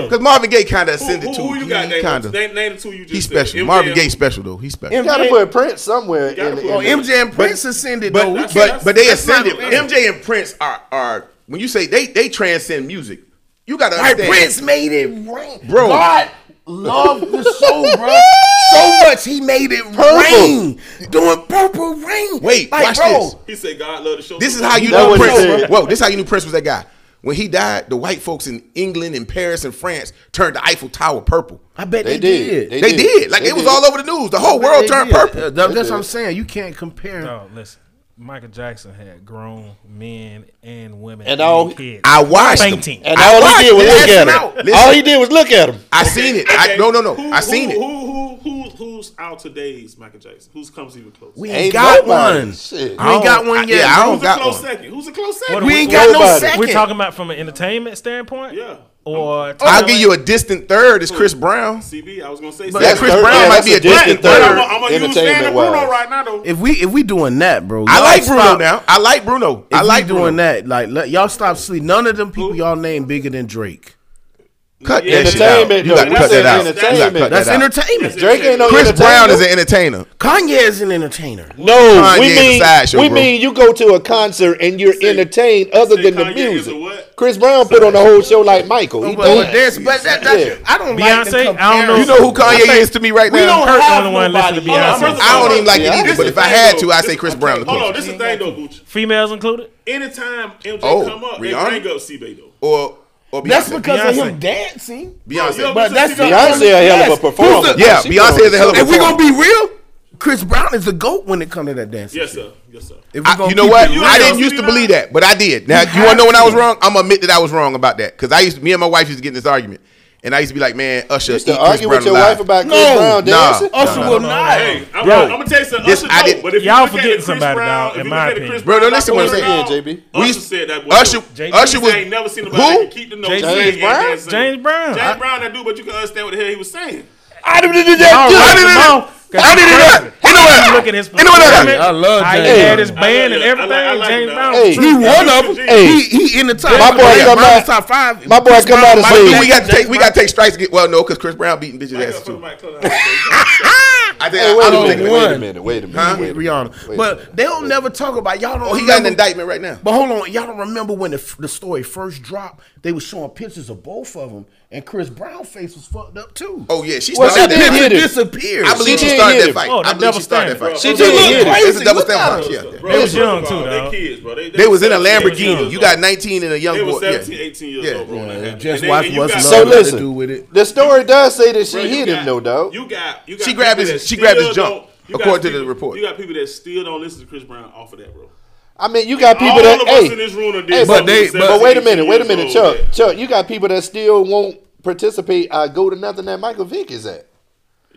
Because Marvin Gaye kind of
Who,
ascended
who,
to.
who you
he-
got?
he
Name,
kinda-
name, name the two you just
He's
said.
special.
MJF.
Marvin Gaye special though. He's special.
You gotta put Prince somewhere in,
Gotta
in,
put- oh,
in
MJ
MJ and Prince ascended
But
though. We
that's-
can't-
but but they
that's
ascended.
not fair.
MJ and Prince are are when you say they they transcend music. You gotta
Like
understand.
Prince made it rain,
Bro.
God loved the show, bro. So much he made it rain, doing purple rain.
Wait,
like,
watch
bro,
this.
He said, "God love the show."
This is how you
That
know
was
Prince.
it.
Whoa, this is how you knew Prince was that guy. When he died, the white folks in England and Paris and France turned the Eiffel Tower purple.
I bet they,
They
did.
did.
They, did. Like
They
it was
did.
all over the news. The whole world
They
turned
did.
purple.
Uh, that- that's what I'm saying. You can't compare.
Dog, listen. Michael Jackson had grown men and women
And all-
kids.
I watched them.
Fainting.
And
I
all
watched
he did was
this.
look at him.
Listen.
All he did was look at him.
I seen it. I, no, no, no. I seen
who,
it.
Who, who, who, who's out today's Michael Jackson? Who's comes even close?
We
Who's
ain't, got
nobody.
one.
Shit.
We ain't got one
I-
yet.
yeah, I
bro.
don't
a
got
close
one.
second? Who's a close
What
second?
We
are we-
ain't got no
Nobody.
second.
We're talking about from an entertainment standpoint?
Yeah.
Or
I'll give you a distant third is Chris Brown.
CB, I was gonna say.
But-
second.
Yeah,
That's
Chris
third-
Brown
yeah,
might
that's
be a
a distant
distant
But I'm
third.
third.
gonna- I'm gonna use Stan and
entertainment-wise.
Bruno right now though.
if we if we doing that, bro.
I
y'all
like Bruno
stop-
now. I like Bruno.
If
I like
we doing
Bruno.
that. Like let, y'all stop sleep. None of them people y'all name bigger than Drake.
Cut
Yeah,
that shit out.
entertainment,
You got
though.
to cut
That's
that out. You
entertainment.
got to cut
That's
that out.
entertainment.
That's
Drake ain't no
Chris
entertainer.
Brown is an entertainer.
Kanye is an entertainer.
No,
Kanye
we
is a
mean
sideshow,
we
bro.
mean you go to a concert and you're
Say-
entertained other
say
than the
Kanye is a
music.
what?
Chris Brown put on a whole show like Michael. He
But, but,
did.
there's- but that, that,
Yeah.
I don't
Beyonce,
like the
I don't know.
You know who Kanye is to me right
We don't
now?
Kurt the
have
only one
nobody.
listening
Hold on,
to Beyonce.
first of all,
I don't even like
Yeah.
it either,
This
but
is
if I
the
had
thing,
to,
though.
I'd say Chris
This-
Brown. the
Hold on,
closest.
this is the thing though, Gucci.
females included?
Anytime MJ
Oh,
come up,
Rihanna?
they bring up CB though.
Or or
That's
Beyonce.
because of
Beyonce.
him dancing.
Beyonce.
But
But that's the-
Beyonce a hell
Yes.
of a performer.
Who's the-
Yeah,
She
Beyonce is a hell of a
If we're
performer.
gonna be real, Chris Brown is the goat when it comes to that dancing.
Yes sir, yes sir.
If we
I,
gonna
you know
keep
what?
it real.
I didn't
real.
used to believe that, but I did. Now you,
have
want to know when I was
to.
wrong? I'm gonna admit that I was wrong about that because I used, me and my wife used to get in this argument, And I used to be like, man, Usher,
Used to
eat Chris
argue with
Brown
your
alive.
wife about Chris
No,
Brown
nah.
dancing.
Usher will not.
Hey, I'm,
Bro.
I'm gonna tell you something.
This-
Usher
I
don't,
didn't-
but if
Y'all
you look
forgetting
at the Chris
somebody,
Brown,
dog,
if
in
you
my
look at the
opinion.
Chris
Bro,
Brown,
no, listen what I'm saying.
Usher,
JB.
We used-
said that. boy.
Usher,
James
Usher was
I ain't never seen nobody
who?
that can keep the notes.
James
singing and
Brown?
dancing.
James Brown.
James
I-
Brown, that dude, but you can understand what the hell he was saying.
I didn't do
I
that.
didn't know. I didn't know. You know what?
Look at his
You know what? I
performance.
mean?
I love
How he
James.
had his
I like
band
it.
and
I like-
everything.
I like it,
James
dog.
Brown.
Hey,
was
you
one of them.
Hey.
He, he in the top.
My boy
Chris
come
Brown
out-
is top five.
My boy come out and
Why do
say,
we got to take we got to take strikes to get well no because Chris Brown beating bitches ass too.
Ah!
I think
Hey,
I,
wait
I
a
don't
minute,
think
minute,
wait a
wait.
minute, wait a
Huh?
minute, wait a minute.
Rihanna. but they don't never talk about y'all. Don't
oh, he got an
remember-
indictment right now.
But hold on, y'all don't remember when the, f- the story first dropped? They were showing pictures of both of them, and Chris Brown face was fucked up too.
Oh yeah, she
Well,
started
she did
that.
hit
Picture
it.
disappeared.
I believe
She
she
did
started
hit
that
it.
fight.
Oh,
I
that
believe she
double
started that
standard.
fight.
She
She
did hit it.
It's a double
Look
stand
at
fight.
her.
Yeah.
Bro,
They was
first
young,
of
too,
all, they
dog.
kids, bro. They,
They was in a
17, 18 years
Lamborghini. You
old.
got 19 and a young
They
boy.
was 17,
Yeah.
18 years
Yeah.
old, bro. when that happened.
Just
And
wife
then you
wasn't So
got-
So
Nothing to
listen,
do with it.
the story does say that she
Bro, you
hit
got-
him, though, dog.
You got, you got.
She grabbed
people
his-
that
she grabbed his
still
jump,
don't- you got
according to
people-
the report.
You got people that still don't listen to Chris Brown off of that, bro.
I mean, you got people
All
that.
of
hey,
us in this room are
hey,
did
but,
something
they-
to
but-
but wait a minute,
17
wait a
years
minute,
old,
Chuck. Chuck, you got people that still won't participate. I go to nothing that Michael Vick is at,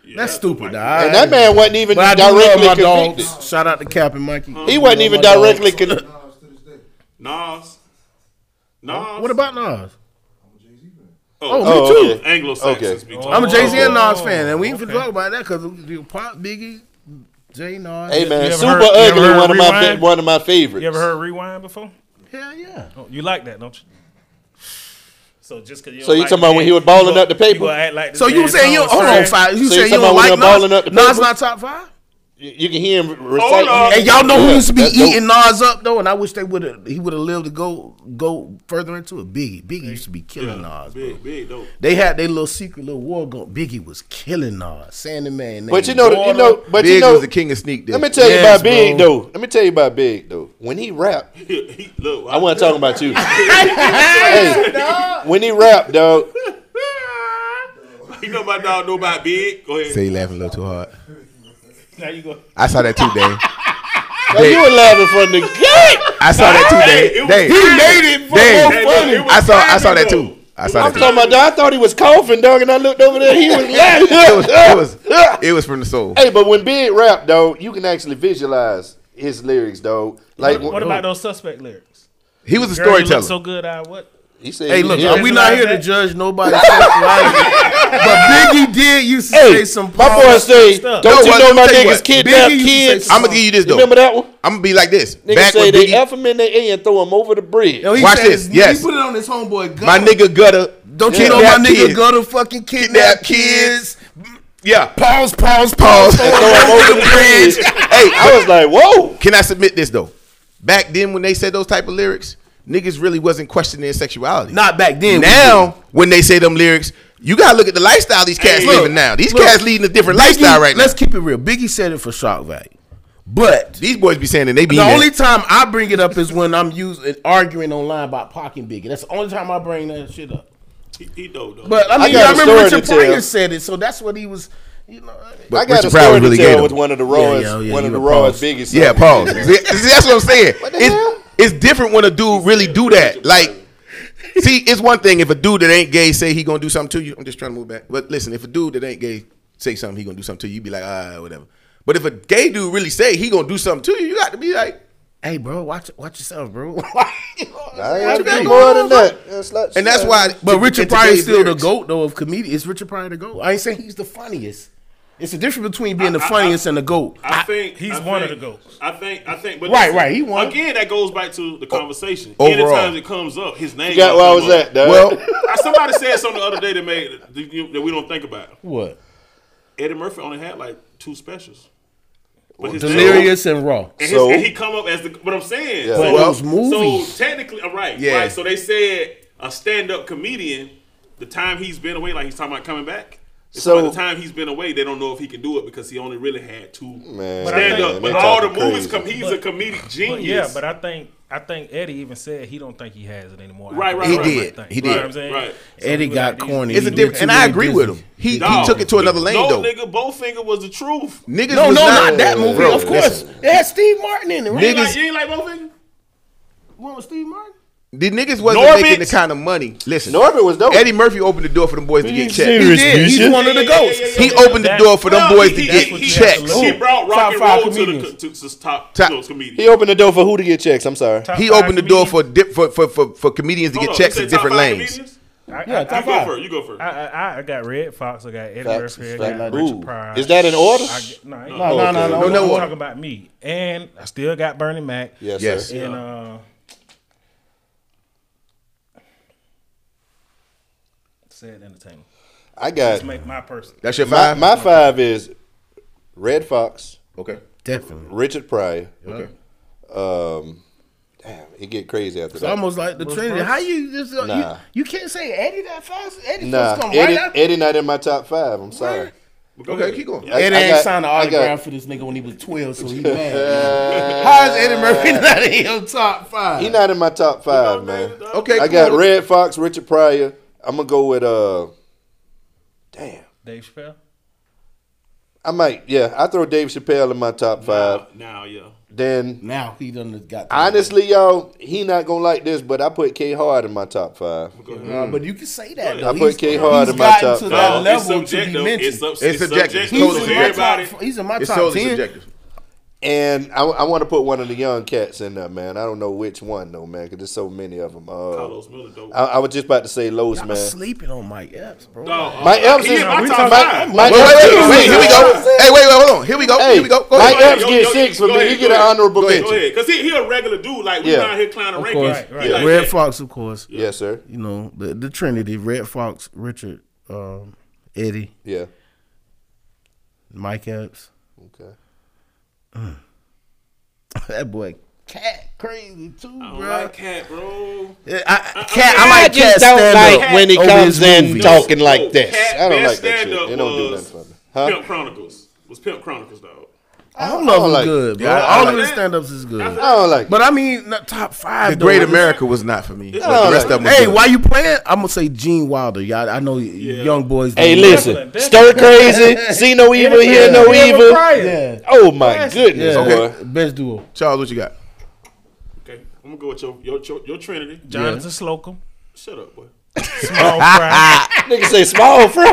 Yeah,
That's stupid.
like-
Nah,
and that man wasn't even
But I do love
directly
my
convicted.
dogs. Shout out to Cap and Mikey.
He wasn't even
Love my
directly. Con-
Nas. Nas.
What about Nas?
Oh,
oh, okay.
Anglo
Okay.
Saxons.
I'm a Jay Z
okay.
and Nas fan, and we ain't finna talk about that because Pop, Biggie, Jay, Nas.
Hey man,
ever
super
heard- you ever
ugly.
heard
One of my fa-
Rewind?
one of my favorites.
You ever heard Rewind before?
Hell yeah.
Oh, you like that, don't you? So just because you
So
don't
you
like
talking about
the
when
man,
he was balling
you
up the
gonna-
paper?
You gonna act like this
So you
man
saying you
Tom
hold on
Sanders.
five? You
So you
saying you don't
talking about
like
when they're balling up
Nas?
the
Nas
paper?
not top five.
You you can hear him
Hold on.
recite.
And y'all know who
Yeah,
used to be
that's dope.
eating Nas up though, and I wish they would have he would have lived to go go further into it. Biggie, Biggie used to be killing Nas, bro.
Big, big, dope.
They had their little secret little war going. Biggie was killing Nas, Sandman.
But you
named
know, you
Water.
know, but you
Big
know,
was the king of sneak.
Let me
diss.
tell you
Yes,
about Big
bro.
though. Let me tell you about Big though. When he rap,
He- Look,
I wasn't talking about you. hey, when he rap, dog,
You know my dog know about big. Go ahead.
Say you laughing a little too hard.
Now you go.
I saw that too, Dave.
dog, you were laughing from the gate.
I saw that too,
Hey,
Dave.
it was
Dave.
timing.
Dave.
Hey, look, it was
I saw. I saw
timing,
that
though.
too. I saw
I'm
that. Too.
talking about, dog, I thought he was coughing, dog, and I looked over there, he was
It was. It
laughing.
was. It was from the soul.
hey, but when Big rap, dog, you can actually visualize his lyrics, dog. Like
What about those suspect lyrics?
He was a
Girl, you
storyteller.
look so good, I what?
He said,
Hey, look,
yeah.
we not here to judge nobody's sexuality, but Biggie did used to
Hey,
say some.
my boy
powerful-
say,
stuff.
don't you
No,
know
what-
my
tell you
niggas
what,
kidnap
Biggie used to say
kids?
some-
I'm gonna give you this though.
Remember that one?
I'm gonna be like this.
Niggas
Back
say
when
they
Biggie,
F them in their A and throw them over the bridge.
Yo, he
Watch
said-
this, yes.
he put it on his homeboy. Gunna.
my nigga gutter.
don't you know my nigga
kids.
go to fucking kidnap
Kidnap kids.
kids?
Yeah.
Pause, pause,
Pause.
Throw 'em over the bridge. hey, I was like, whoa.
Can I submit this though? Back then, when they said those type of lyrics, niggas really wasn't questioning sexuality.
Not back then. we did.
now, when they say them lyrics, you gotta look at the lifestyle these cats
Hey,
living
look,
now. These
look,
cats leading a different
Biggie-
lifestyle right now.
Let's keep it real. Biggie said it for shock value, but
These boys be saying that they be
the
in
only
that.
time I bring it up is when I'm using arguing online about Pac and Biggie. That's the only time I bring that shit up.
He, he dope, though.
But I mean,
got
I,
a
remember
story
Richard
to tell.
Pryor said it, so that's what he was. You know,
But
I got
Richard
a
Pryor
story to
really gave
tell
them.
with one of the rawest,
yeah, yeah,
one of
you
the
a
rawest
pause.
biggest.
Yeah, pause. See, see, that's what I'm saying.
What the hell?
It's, it's different when a dude really do that. Like, see, it's one thing if a dude that ain't gay say he gonna do something to you. I'm just trying to move back. But listen, if a dude that ain't gay say something, he gonna do something to you. You be like, ah, whatever. But if a gay dude really say he gonna do something to you, you got to be like,
hey, bro, watch watch yourself, bro.
I ain't gotta
That's
be
big.
more than that. That's not-
and that's why.
but Richard Pryor is still the
goat.
goat though of comedians. Is Richard Pryor the goat? I ain't saying he's the funniest. It's the difference between being the
I- I-
funniest and the goat.
I think
he's
I
one of
think-
the goats.
I think. I think. But
Right, right, he one.
Again, that goes back to the conversation.
overall.
Anytime it comes up, his name.
You got
gonna
where I
come
was
up.
at, dog.
Well,
Uh, Somebody said something the other day that made that you- that we don't think about.
What?
Eddie Murphy only had like two specials. But his
Delirious and raw.
And, his,
So-
and he come up as the. But I'm saying.
Yeah.
So,
But those movies.
so technically, uh, right,
Yeah.
right. So they said a stand-up comedian, the time he's been away, like he's talking about coming back.
So-
So by the time he's been away, they don't know if he can do it because he only really had two
Man,
stand
man,
up. But
they
all the
talking
movies
crazy.
come. He's a comedic
But
genius.
yeah, but I think I think Eddie even said he don't think he has it anymore. I
Right,
think
right,
he
right.
might
He
think.
did. He
You know
did.
what I'm saying?
Right.
Eddie
we
got
got these-
corny.
it's a
He
different,
went
and
too
I
damn
agree
busy.
with him. He, he
Dog.
took it to another lane
no
though.
nigga, Bowfinger was the truth.
Niggas
No,
was
no,
not,
not that movie.
Bro,
of course,
listen.
they had Steve Martin in it. Right?
You ain't
Niggas-
like, you ain't like Bowfinger?
What was Steve Martin?
The niggas wasn't
Norbit?
making the kind of money. Listen,
Norbit was dope.
Eddie Murphy opened the door for them boys to get checks.
serious,
He
Misha.
He's one of the ghosts.
Yeah, yeah, yeah,
He
yeah, yeah.
opened the door for them
No,
boys
he-
to
he-
get
he-
checks.
He brought rock
Top
and
five
roll to the
comedians.
to, to top,
Top-
those comedians.
He opened the door for who to get checks. I'm sorry.
Top
He
five
opened the door
comedians.
for dip, for, for for for comedians to
Hold
get
on,
checks
you
in
said top
different
five
lanes.
comedians?
I,
Yeah,
I-
top
You go
five.
first. You go first.
I, I, I got Red Fox. I got Eddie
Facts,
Murphy. I
facts.
got
Ooh.
Richard Pryor.
Is that in order?
I got- no, no,
No, no, no, Oh, no.
No, no.
I'm
order.
talking about me, and I still got Bernie Mac.
Yes,
Yes.
sir.
And uh, said entertainment.
I got
Let's make my person.
That's your
my,
five.
my five is Red Fox,
okay.
Definitely.
Richard Pryor.
Okay.
Um, damn, it get crazy after
It's
that.
almost like the Trinity. How you just uh,
Nah.
you, you can't say Eddie that fast? Eddie uh,
Nah,
first come
Eddie,
right after.
Eddie not in my top five. I'm sorry.
Okay. Keep going.
I-
Eddie
I
ain't
got-
signed an
I got-
autograph for this nigga when he was 12, so he mad. How is Eddie Murphy not in your top five?
He not in my top five, man.
Okay.
I
come
got
on.
Red Fox, Richard Pryor. I'm gonna go with uh, damn.
Dave Chappelle.
I might, yeah. I throw Dave Chappelle in my top five.
Uh, now, yeah.
Then
now he done got the-
honestly, y'all, he not gonna like this, but I put K Hard in my top five.
Nah, but you can say that. Though.
I put K Hard
he's
in my
gotten
top
to
five.
that
No, it's
level to be
subjective. It's,
mentioned.
sub- it's
It's subjective.
subjective.
He's
So
He's
totally
in, my
everybody.
top, he's in my
It's
top
totally
10.
subjective.
And I, I want to put one of the young cats in there, man. I don't know which one though, man, because there's so many of them. Uh,
Carlos Miller, dope.
I, I was just about to say Los,
I'm
man.
sleeping on Mike Epps, bro.
No,
My
uh,
Epps
he
is
in my
we talking-
top five.
my-
Wait, wait, wait, wait. Here we go. Hey, wait, wait, hold on. Here we go.
Hey,
Here we go. Go
Mike
ahead.
Epps get six for me. He get an honorable
go ahead,
mention.
Go ahead, cause he, he a regular dude. Like we
Yeah.
down here climbing
Of
rankings.
course.
Right,
He
right.
like
Red
that.
Fox, of course.
Yes, sir.
You know, the, the Trinity, Red Fox, Richard, um, Eddie,
Yeah.
Mike Epps.
Okay.
That boy cat crazy too,
I don't
bro.
like cat, bro.
Yeah, I, cat, I,
I
like
just
cat
don't
stand
like
up
when he
over
comes
his
in
movies.
talking like this.
Oh, Cat,
I don't
best
like that shit.
stand-up
It don't do
was
nothing for me. Huh?
Pimp Chronicles was Pimp Chronicles, dog.
I don't love
I
him
like-
good, bro.
Yeah, I- I
All
like
of his
that.
stand ups is good.
I don't like.
But I mean, not top five.
The
though.
Great America was not for me. but
no,
The rest of them. was
Hey,
good.
why you playing? I'm gonna say Gene Wilder. Y'all, I know y young boys.
hey,
don't-
listen. Stir crazy. See no evil. Hear no evil.
Yeah,
Oh my goodness,
yeah.
boy.
Best duo.
Charles, what you got?
Okay, I'm gonna go with your your, your, your Trinity.
Jonathan Slocum.
Shut up, boy.
Small Fry.
Nigga say small fry.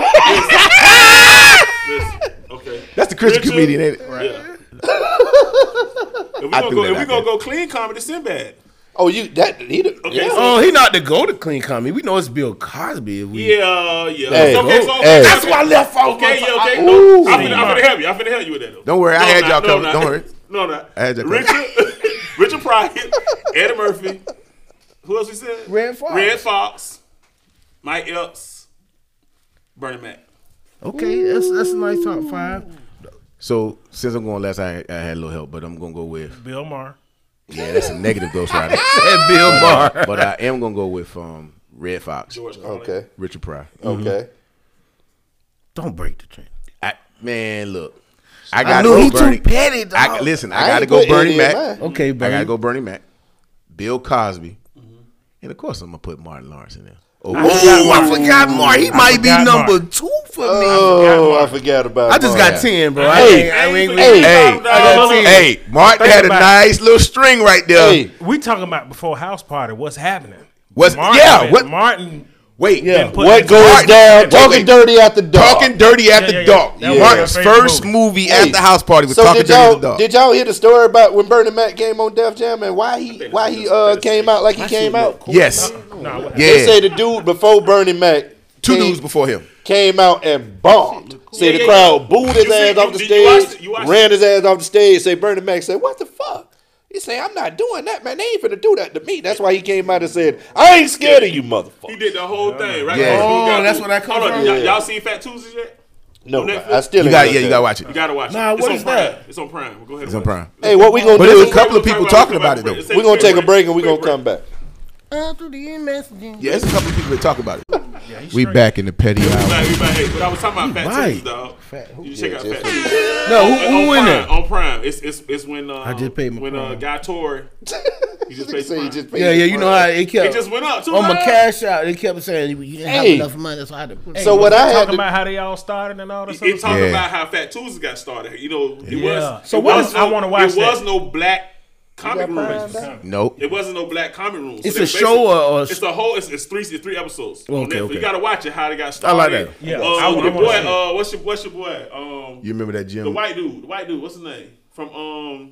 Listen, okay.
That's the Christian
Richard.
comedian, ain't it?
Yeah. if we
I
gonna
threw
go,
that
if we gonna
out there.
go clean comedy, Sinbad.
Oh, you that he? The,
Okay,
yeah.
so-
Oh, he not the go to clean comedy. We know it's Bill Cosby. If we,
Yeah, uh, yeah.
Hey,
okay, so, okay,
hey.
That's why I left off.
Okay,
my-
yeah, okay.
I-
No,
Ooh.
I'm finna, I'm finna help you. I'm finna help you with that though.
Don't worry, I
No,
had
I'm
y'all
not. No,
covered.
I'm
Don't
not.
worry.
No, I'm not.
I had y'all covered.
Richard, Richard Pryor, Eddie Murphy. Who else we said?
Red Fox.
Red Fox. Mike Epps. Bernie Mac.
okay, that's that's a nice top five.
So since I'm going last, I, I had a little help, but I'm gonna go with
Bill Maher.
yeah. That's a negative Ghost Rider,
And Bill Maher.
but I am gonna go with um Red Fox,
George Carlin.
Okay.
Richard Pryor.
Okay.
Don't break the train.
I, man, look, I
I
gotta
knew
go
he
Bernie.
too petty. Dog.
I, listen, I,
I
gotta
ain't
go
put
Bernie
any in
Mac.
mine.
okay,
I
buddy.
gotta go Bernie Mac, Bill Cosby, and of course I'm gonna put Martin Lawrence in there. Oh,
Ooh, I forgot Mark. He might be
forgot
number two for
Uh,
me.
Oh, I forgot about.
I just
Mario.
got ten, bro. I
Hey,
ain't- I ain't-
hey,
Hey,
hey,
got ten.
hey, Martin
Think
had a
about it.
nice little string right there.
Hey,
We talking about before house party. What's happening?
What's-
Martin,
yeah, what-
Martin
Wait,
Yeah.
put
what
his-
goes
Martin-
down?
Wait,
Talking
wait.
dirty at the dog.
Talking dirty at
yeah,
the
yeah.
dog.
That was
Mark's
my favorite
first
movie.
movie
Hey,
after house party was
so
talking
did
dirty at the
y'all
dog.
did y'all hear the story about when Bernie Mac came on Def Jam and why he why he uh came out like he came out?
yes,
Nah, what-
yeah,
They say the dude before Bernie Mac
two
came,
dudes before him.
came out and bombed. Say
Yeah,
the
yeah,
crowd
yeah.
booed his
You see-
ass off the
you- you watched
stage,
it, you watched
ran
it.
his ass off the stage. Say Bernie Mac said, "What the fuck?" He say, "I'm not doing that, man. They ain't finna do that to me." That's why he came out and said, "I ain't scared of you,
He
motherfucker."
did the whole thing, right?
Yeah.
Oh, that's where that come
Hold on,
from?
y'all-
Yeah.
Y'all seen Fat Tuesday yet?
No,
On Netflix?
I still
You
ain't looked
got yeah,
at
you
it.
gotta watch it.
You gotta watch
Nah,
it. It's
what
on
is
Prime.
that?
It's on Prime. Well, go ahead.
It's on Prime.
Hey, what we gonna
But
do?
there's
Is,
a couple of people talking about it though.
we gonna take a break and we gonna come back.
All through the messages.
Yeah, there's a couple of people that talk about it. we back in the petty hour.
Like, everybody, hey, but I was talking about Fat
right.
Tuesday, dog. You check out Fat Tuesday.
No, who,
on
who in
Prime,
it?
On Prime. It's it's it's when uh, I
just paid my
when uh,
Prime.
Guy Tory. He just paid
Say
Prime.
he just paid
Yeah, yeah. You
his
know how
price.
it
It
kept
just went up. Two
on my
dollars.
cash out. It kept saying you didn't have
Hey.
enough money, so I had to. Put
So what I had
talking
to
about how they all started and all this.
It
stuff.
talked
Yeah.
about how Fat Tuesday got started. You know, it
Yeah.
was.
So
it
what
was
is-
no-
I wanna watch
It was
that.
no black comic rooms.
Nope.
It wasn't no black comic room.
It's a show or- or-
it's a whole. It's, it's three. It's three episodes. on
Okay,
Netflix.
okay.
You gotta watch it. How they got
I
started.
like that.
Yeah,
Uh,
I would-
your
I wanna
boy.
see it.
Uh, what's your what's your boy? Um,
You remember that
the
Jim
white dude. The white dude. What's his name? From um.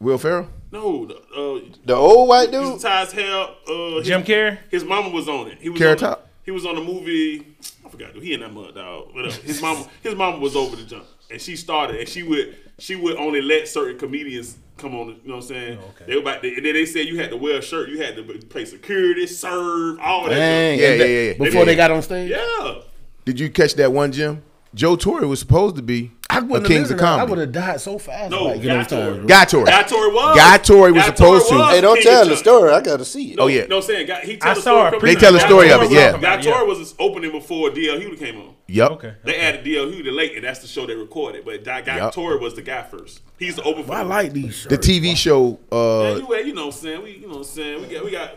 Will Ferrell?
No, the, uh,
The old white
Used
dude.
to tie his hair. Uh, his-
Jim Carrey?
His mama was on it. He was
Carrot
on the-
Top?
He was on the movie. I forgot. dude. He in that mud dog. Whatever. His mama. His mama was over the jump, and she started, and she would. She would only let certain comedians come on. You know what I'm saying?
Oh, okay.
They were about to, and then they said you had to wear a shirt. You had to b- play security, serve, all that.
Dang,
Yeah,
and
yeah,
that-
yeah, yeah.
Before they got on stage,
Stuff. Yeah.
Oh, Did you catch that one, Jim? Joe Torre was supposed to be
I
a
wouldn't
Kings
have
of
lived it. I
Comedy.
would have died so fast.
No,
like, you know,
got to
times,
it.
bro.
Guy Torre.
Guy Torre was.
Guy Torre was
Guy
supposed to.
was
Hey, don't
King of
tell the
Jump.
story. I gotta see it.
No,
Oh, yeah.
No, I'm saying God, he
I
tells a
saw
story
a
from
preview.
They tell a
God
story of
Torre
it, yeah.
was- God
Yeah.
Torre was opening before DL Hewlett came on.
Yep.
Okay.
They added DL Hughley late, and that's the show they recorded. But that guy
Yup.
Tory was the guy first. He's the open.
I
for-
like these
The
shirts.
TV show.
Yeah,
Uh,
you, you know what I'm saying? We, you know what I'm saying? We got, we got.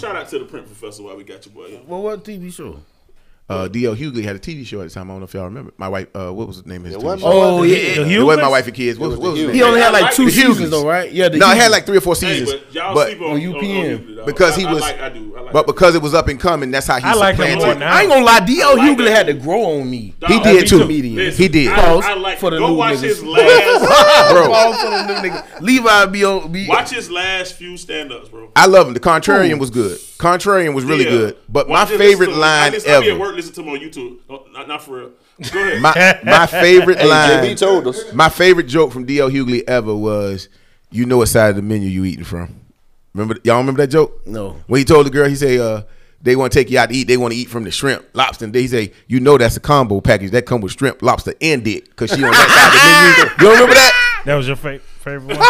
Shout out to the print professor while we got your boy. here.
well, what TV show?
uh, D.L. Hughley had a TV show at the time. I don't know if y'all remember. My wife. Uh, what was the name of his TV
wasn't
show?
my-
Oh yeah,
The
It wasn't my
Hughleys?
wife and kids. What was, what was his
He
name?
He only
Yeah, I
had like
like
two
the
seasons
Hughleys.
though, right? Yeah, the
no, it had
Hughleys.
like three or four
Hey,
seasons.
but y'all
but
sleep on,
on
on-
UPN.
on Hughley, dog.
because he
I- I
was,
like- I do. I like
but
it.
because it was up and coming, that's how he
I like him
supplanted.
more now.
I ain't gonna lie, DL
like
Hughley
that.
had to grow on me.
Dog,
He
I
did
like
too.
it.
Comedian.
He did.
I,
Pause
I like.
for the
go
new
watch
niggas.
his last.
bro.
All for them new niggas. Levi be on. Be,
watch his last few stand-ups, bro.
I love him. The Contrarian was good. Contrarian was really
Yeah.
good. But
Watch
my
this,
favorite
listen to- I
line
listen- I be at
ever.
work. Listen to him on YouTube. Oh, Not, not for real. Go ahead.
My my favorite
JB
line.
told us.
My favorite joke from D.L. Hughley ever was, "You know what side of the menu you eating from." Remember y'all remember that joke?
No.
When he told the girl, he say, "Uh, they want to take you out to eat. They want to eat from the shrimp, lobster." And they say, "You know that's a combo package that come with shrimp, lobster, and dick." Because she on that side of the menu. You don't remember that?
That was your fa- favorite one.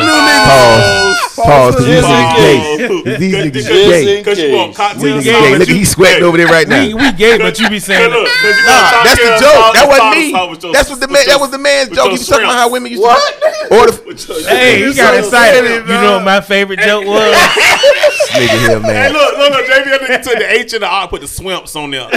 Pause. Pause. 'cause These
Pause.
niggas gay. These niggas
Just
gay.
in
Because you
case.
want
These
cocktails.
niggas gay. Look, he's sweating over there right now.
we, we gay, but you be saying
Look,
that.
'cause you want
Nah,
cocktails,
that's the
sauce,
joke. That
sauce,
wasn't
sauce with
me.
your-
That's what the
with
man.
your-
That was the man's
with
joke.
your
You was talking about how
shrimp.
women used to order. f-
With your-
Hey, you got excited. You know what my favorite joke was?
Nigga here,
Hey,
man.
look, look, look, JB, I think he took the H and the R, put the swamps on there.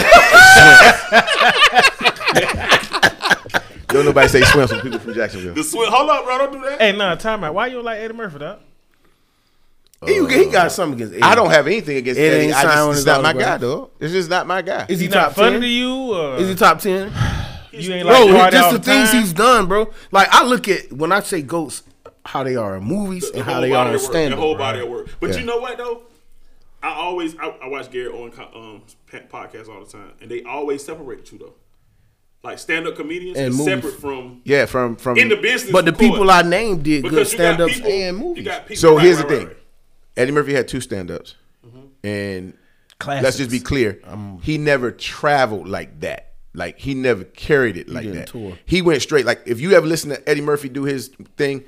Don't nobody say swim from people from Jacksonville.
The swim. Hold up, bro, don't do that.
hey, nah, time out. Why you don't like Eddie Murphy, dog?
he, he got something against. Eddie.
I don't have anything against
It
Eddie.
ain't
I
signed
just,
on
it's
his
not my guy,
autograph.
though. It's just not my guy.
Is he,
He not
top
funny to
ten?
you? Or
Is he top ten?
you ain't like
Bro,
Bro,
just the things he's done, bro. Like I look at when I say goats, how they are in movies
The
and how
whole
they
body
are in
of work, The
stand
whole
up.
body of work. But
Yeah.
you know what, though? I always, I, I watch Gary Owen co- um, pa- podcast all the time, and they always separate the two, though. Like stand up comedians
And
is
movies.
separate from
yeah, from from
in the business.
But the
of course.
people I named did good
Because you got
stand ups
people-
and
you
movies.
got people-
So
right,
here's
right,
the
right, Mm-hmm.
thing.
right.
Eddie Murphy had two stand-ups, and let's just be clear, he never traveled like that. Like he never carried it like
didn't
that.
tour.
He went straight. Like if you ever listen to Eddie Murphy do his thing,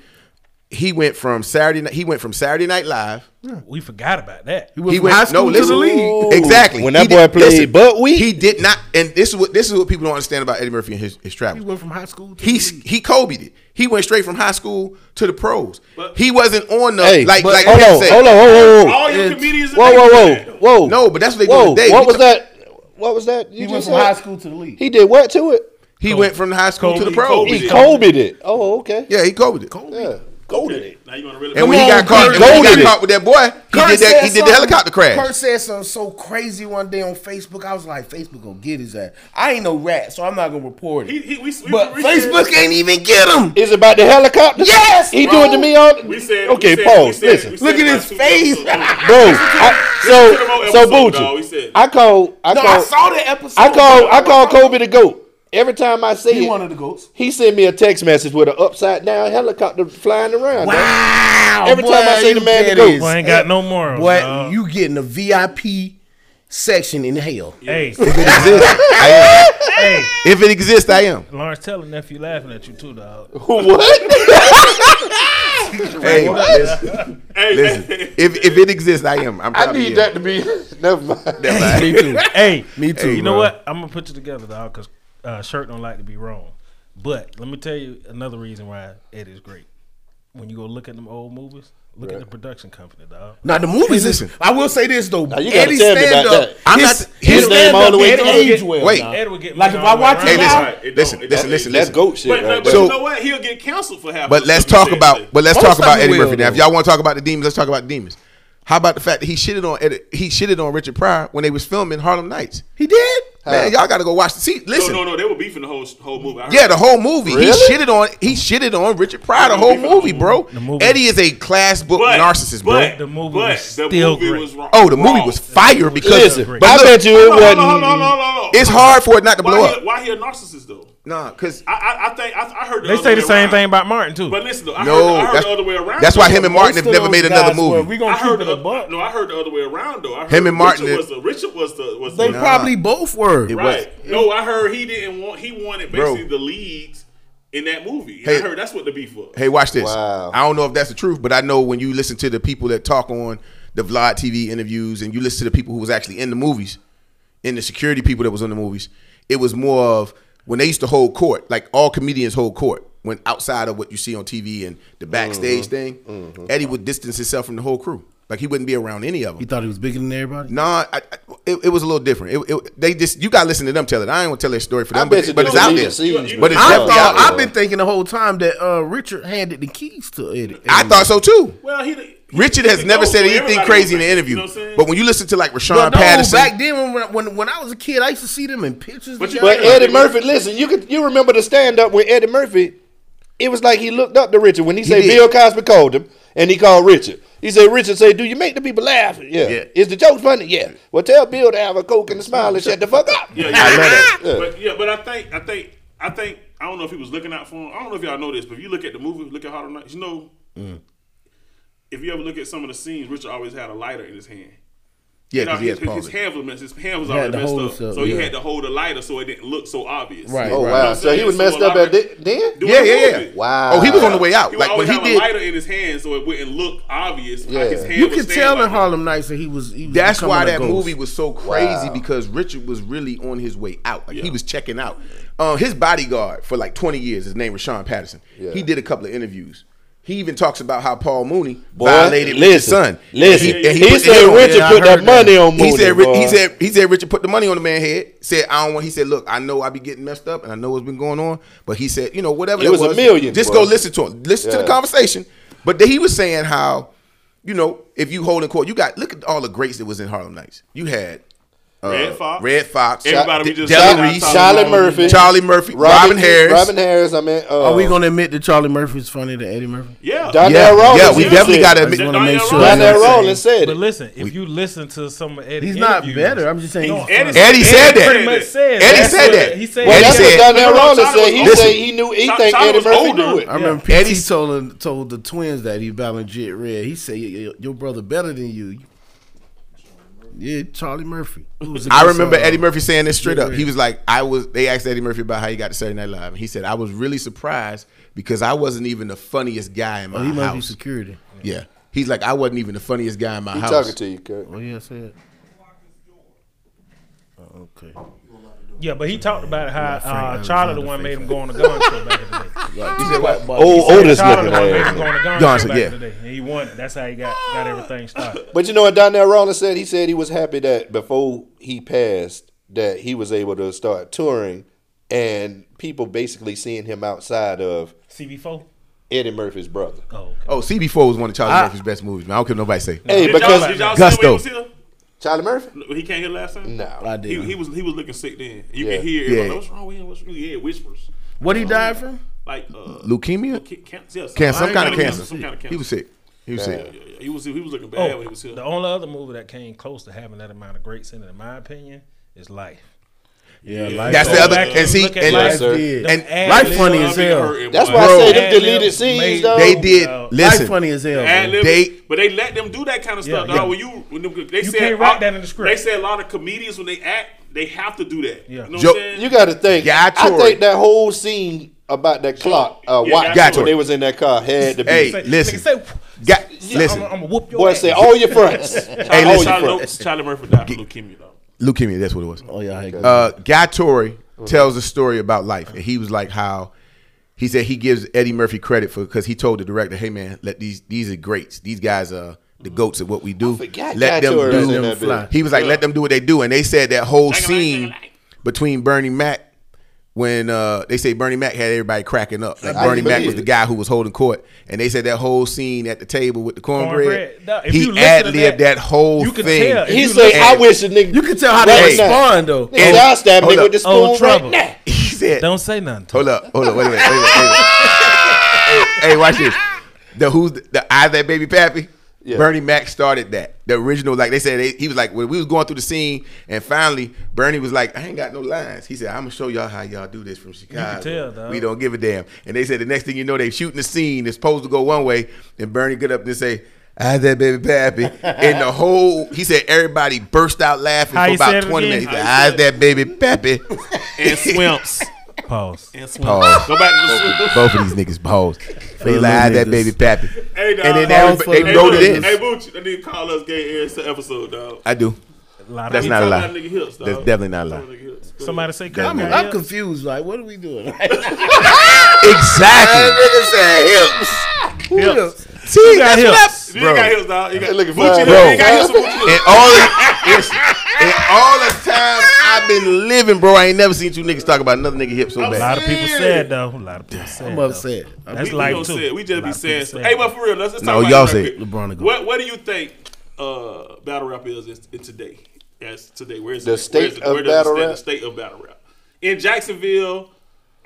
he went from Saturday night. He went from Saturday Night Live.
We forgot about that.
went from high school to the league.
Exactly.
When that
He
boy played butt weak.
he did not. And this is what this is what people don't understand about Eddie Murphy and his, his
He
travels.
went from high school to
He he Kobe'd it. He went straight from high school to the pros.
But-
he wasn't on the
Hey,
like
but
like
hold
Pimp
on,
said.
hold on, whoa, whoa,
All your
It's-
comedians.
whoa, whoa, whoa, whoa, whoa.
No, but that's what they
whoa.
do today.
What
We
was
talk-
that? What was that?
He
You
went
just
from
said?
high school to the league.
He did what to it?
He went from the high school to the
Kobe,
pros.
Kobe.
He Kobe'd it. Oh, okay.
Yeah, he Kobe'd it.
Yeah, Kobe'd it.
Now you want to really?
And when he
on,
got caught,
Kurt.
and when he
Golded
got
it.
caught with that boy, he
Kurt
did that. He
said
did the
something-
helicopter
Kurt
crash.
said something so crazy one day on Facebook. I was like, Facebook gonna get his ass. I ain't no rat, so I'm not gonna report it.
He, he, we, we,
but
we
Facebook ain't even get him.
Is it about the helicopter?
Yes,
He
bro.
do it to me all.
We said.
okay,
we said,
Paul.
We said,
listen,
we said
Look at
about
his
two
face.
episodes.
bro. I, so, so
episode, dawg, we
Bucci.
said.
I call. I
No,
call.
I saw the episode.
I call.
bro.
I call Kobe the goat. Every time I say
He
it,
one of the goats.
he sent me a text message with an upside down helicopter flying around. dawg.
Wow.
Every time I say the man to go,
Boy, ain't got no more.
What
What?
you getting a VIP section in hell?
Hey,
If it exists, I am.
hey,
If it exists, I am.
Lawrence, tell her nephew laughing at you too, dog.
What?
Hey, listen,
Hey,
listen.
hey,
If if it exists, I am. I'm
I need that to be. Never mind.
that.
Me too.
Hey,
Me too.
you know
bro.
what? I'm gonna put you together, dog, because uh, shirt don't like to be wrong. But let me tell you another reason why Eddie's great. when you go look at them old movies, look at the production company, dog.
Now the movies.
Hey,
is-
listen.
I will say this though.
you gotta tell me about that.
I'm
his,
not-
his,
his name
stand
all the way through.
age well.
Wait.
now.
Ed would get
Like if I watch
Hey,
it
listen,
now,
It don't- it
listen, listen,
don't-
listen,
That's
listen.
goat shit.
But,
right
but, but
there.
So-
you know what? He'll get canceled for half.
But
the
let's
stuff he
talk
said
about.
today.
But let's
Most
talk
of
about
them
Eddie
will,
Murphy now. If
though.
y'all want to talk about the demons, let's talk about the demons. How about the fact that he shitted on Eddie, he shitted on Richard Pryor when they was filming Harlem Nights?
he did.
Man, y'all got to go watch. The, see,
No,
listen.
no, no. They were beefing the whole whole movie. I heard
Yeah, the whole movie. He
Really?
shitted on he shitted on Richard Pryor the
The
whole
movie-
movie, bro.
movie-
Eddie is a class book
But-
narcissist, bro.
But
The movie
but
was
the
still
movie
great.
was wrong.
oh, the movie was fire because
Listen,
but
I
look,
bet you it
Hold on,
wasn't.
hold on, hold on, hold on.
it's hard for it not to
Why
blow
he-
up.
Why he a narcissist though?
Nah, cause
I I, I think I, I heard the
They
other
say the
way
same
around.
thing about Martin too.
But listen, though, I
no,
heard, I heard
that's,
the other way around.
that's why
though.
him and Martin have
Most of
never made
those
another
guys were-
movie.
We gonna
I
keep
heard
it
the
a buck.
no, I heard the other way around though. I heard
Him and Martin
Richard was
did-
the Richard was the was
They
the
probably both were.
right. No, I heard he didn't want. He wanted
Bro.
basically the leads in that movie. And
Hey.
I heard that's what the beef was.
Hey, watch this.
Wow.
I don't know if that's the truth, but I know when you listen to the people that talk on the Vlad TV interviews and you listen to the people who was actually in the movies, and the security people that was in the movies, it was more of when they used to hold court, like all comedians hold court. When outside of what you see on TV and the backstage
Mm-hmm.
thing, Eddie would distance himself from the whole crew. Like he wouldn't be around any of them.
You thought he was bigger than everybody?
Nah, I, I, it, it was a little different. It, it, they just you gotta listen to them tell it. I ain't gonna tell their story for
I
them,
bet
but,
you
but
they
it's out
deleted
there.
scenes,
but it's
bro.
I
definitely
thought
out there.
I've been thinking the whole time that uh, Richard handed the keys to it.
I thought so too.
Well, he, he
Richard
he
has
the
never
goat,
said
so
anything
everybody
crazy
was
in the
like,
interview.
you know what I'm saying?
but when you listen to like Rashawn
But no,
Patterson,
back then when, when when I was a kid, I used to see them in pictures.
But you-
But
Yeah,
Eddie
they-
Murphy, listen, you could you remember the stand up with Eddie Murphy? It was like he looked up to Richard when he, said
did.
Bill Cosby called him, and he called Richard. He said, "Richard, say, do you make the people laugh? Yeah.
Yeah.
Is the joke funny? Yeah. Well, tell Bill to have a coke and a smile and shut the fuck up.
Yeah, yeah. I
love that.
But yeah, but I think I think I think I don't know if he was looking out for him. I don't know if y'all know this, but if you look at the movie, look at Harlem Nights, you know,
Mm.
if you ever look at some of the scenes, Richard always had a lighter in his hand.
yeah,
You know,
because he
his,
has
his, his
palsy.
hand was messed. His hand was
had
already
to
messed
hold
up,
himself,
so he
yeah.
had to hold a lighter so it didn't look so obvious.
Right.
Oh
Right.
wow! So he was messed up at thi- then.
Dude,
Yeah,
the
yeah, yeah.
movie.
Wow.
Oh, he was on the way out.
He would
like
always
when he
have a
did.
lighter in his hand so it wouldn't look obvious.
Yeah.
Yeah. Like his hand
you
was
could
staying
tell
like
in Harlem Nights that he was. He was
That's
becoming
why
a
that
ghost.
movie was so crazy
Wow.
because Richard was really on his way out. Like he was checking out. Um, his bodyguard for like 20 years, his name was Sean Patterson.
Yeah.
He did a couple of interviews. He even talks about how Paul Mooney
Boy,
violated
listen,
his son.
listen.
And and
He
put-
said
and
Richard
and I
put that
heard
money on
He
Mooney,
said, Ri- he
boy.
said he said Richard put the money on the man's head. Said I don't want. He said, look, I know I be getting messed up and I know what's been going on, but he said, you know, whatever
It
that
was a million,
Just
boy.
go listen to him. Listen to the
Yeah.
conversation. But then he was saying how you know, if you hold in court, you got look at all the greats that was in Harlem Nights. You had uh,
Red Fox.
Red Fox,
Everybody we
D-
just
Della
said
Reese,
outside
Charlie,
of-
Charlie Murphy,
Murphy, Robin, Harris.
Robin Harris. I mean, uh,
Are we gonna admit that Charlie Murphy's funnier than Eddie Murphy?
Yeah.
yeah,
Donnell Rawlings?
yeah, we
you
definitely
said.
got to
I
admit.
just want to make sure.
Donnell
that's
Donnell
what I'm
Rawlings said
But
it.
listen, if you listen to some of
saying.
Eddie's
He's not
interviews,
better. I'm just saying.
No,
he's
Eddie
funny.
Eddie said
Eddie
that.
pretty much said
Eddie
that's
said
what
that.
He said
Well,
Eddie
that's
said-
what
No,
Donnell
no,
Rawlings
Tyler
said. He
was
said
older.
he knew he
Ty-
think
Tyler
Eddie
was
Murphy
older.
knew it.
I remember PT
Yeah. Eddie's-
told told the twins that he battling Jet Red. He said, "Your- your- "Your brother better than you." Yeah, Charlie Murphy. Who was
I
against,
remember
uh,
Eddie Murphy saying this straight up.
yeah.
He was like, "I was." They asked Eddie Murphy about how he got to Saturday Night Live, and he said, "I was really surprised because I wasn't even the funniest guy in my
Oh, he must be
house."
security.
yeah, he's like, "I wasn't even the funniest guy in my
He
house."
talking to you, Kurt.
Oh yeah, I said. Oh, okay.
Yeah, but he talked about how uh,
Frank
Charlie
Alexander
the one
face
made him go on the gun show back in the day.
You said what? Oh,
Old, oldest
Charlie
looking
the one made him
ass.
go on the gun
Gun
show
show,
back
yeah.
in the day. And he won. That's how he got got everything started.
But you know what Donnell Rawlings said? He said he was happy that before he passed, that he was able to start touring and people basically seeing him outside of
CB4.
Eddie Murphy's brother.
Oh, okay.
Oh, CB4 was one of Charlie Murphy's best movies. Man, I don't care what nobody say.
Hey,
Did
because
y'all, did y'all see
Gusto.
when he was here?
Charlie Murphy?
He came here last time.
No.
I
He,
did.
he was he was looking sick then. You
Yeah.
can hear
Yeah.
everybody, what's wrong with him? What's wrong? Yeah, whispers.
what he died from?
Like uh,
Leukemia,
ca- can- yeah,
can some
I
kind of
don't know,
cancer.
Some kind of cancer.
He was sick. He was sick.
Yeah, yeah, He was he was looking bad
Oh,
when he was here.
the only other movie that came close to having that amount of greats in it, in my opinion, is Life.
Yeah, life.
That's the
Go
other.
back
And see,
look at
and
Life.
Yes, sir.
Yeah.
The
And
ad
Life
lib-
funny as hell.
That's why
Bro.
I say
ad
them
lib
deleted scenes,
made-
though.
they did.
Life
Life
Listen,
funny as hell.
Ad
man.
lib,
They-
but they let them do that kind of stuff.
Yeah.
dog. When you when them- they
You
said
can't write
I-
that in the script.
They said a lot of comedians when they act, they have to do that.
Yeah.
You know
Joe-
what I'm saying?
You got to think.
Guy
I
Torrey.
think that whole scene about that clock, uh,
Yeah, Guy
watch
Torrey.
when they was in that car had to be.
Hey,
Say-
listen.
nigga, say, "Whoop,
Ga-
I'm,
listen,
I'm gonna whoop your
Boy,
ass.
say oh. all your fronts.
Charlie,
all your
Oh, Charlie,
fronts.
Charlie Murphy died from leukemia though.
leukemia. That's what it was.
Oh yeah, I had
Uh, Guy Torrey tells a story about life, and he was like how He said he gives Eddie Murphy credit for because he told the director, "Hey man, let these these are greats. These guys are the goats at what we do.
forgot
let
Gator
them
was
do
in
them
that
fly."
bitch.
He was like, "Let them do what they do." And they said that whole
Dang-a-lang,
scene
dang-a-lang.
between Bernie Mac when uh, they say Bernie Mac had everybody cracking up. Like
I
Bernie
believe
Mac was
it.
the guy who was holding court, and they said that whole scene at the table with the cornbread.
Cornbread. No, if you
he
listen to
ad libbed
that,
that, whole
you could
thing.
tell. If
He
you
said,
look
"I
at-
wish a nigga."
You can tell how they
Right now.
respond though.
Nigga, so I stab
hold
nigga
up.
with the spoon
Oh, trouble.
right now.
He said,
Don't say nothing. To
Hold up, hold up, wait a minute, wait a minute. Wait a minute. hey, hey, watch this. The who's the, the I that baby pappy.
Yeah.
Bernie Mac started that. The original, like they said, they, he was like, when we was going through the scene, and finally Bernie was like, I ain't got no lines. He said, I'm gonna show y'all how y'all do this from Chicago.
tell, dog.
We don't give a damn. And they said the next thing you know, they shooting the scene. It's supposed to go one way, and Bernie get up and say. I that baby pappy, and the whole he said everybody burst out laughing
How
for
he said
about
it
twenty
again?
minutes. He said, Eyes that baby pappy,
And swimps.
Pause.
And swimps.
Pause.
Go back to the swimps.
Both of these niggas balls. They
little
lied that
niggas.
baby pappy.
Hey, dog.
And then
Balls for
everybody, they
Hey,
wrote
Booch,
it
Hey,
in.
Booch, I need to call us gay ass to episode, dog.
I do.
A lot
That's
of
not a
Tell
lie.
that nigga hips, dog.
That's definitely not a
Tell
lie.
that nigga hips. Go
somebody say
I'm,
Cotton Eye.
I'm confused. Like, what are we doing?
Exactly.
Who the-
See,
You got hips.
You ain't
Bro.
got hips, dog. You got
Looking for
Boochie,
a-
though. You ain't
Bro.
got hips for Boochie.
In all the, it's, in all the time I've been living, bro, I ain't never seen two niggas talk about another nigga hip so
A
bad.
lot of people said though. A lot of people said.
I'm
though.
upset. I'm
That's
we,
life
we don't
too.
say it. We
A
just
lot
be
of
saying
people
stuff.
said
Hey,
that.
but for real, let's, let's
No,
talk about
y'all
this
say
right
it.
quick.
LeBron to go.
What What do you think uh, battle rap is in, in today? As today, where is
The
it? where is
state
it,
of
where does it
battle
stand?
rap?
The state of battle rap in Jacksonville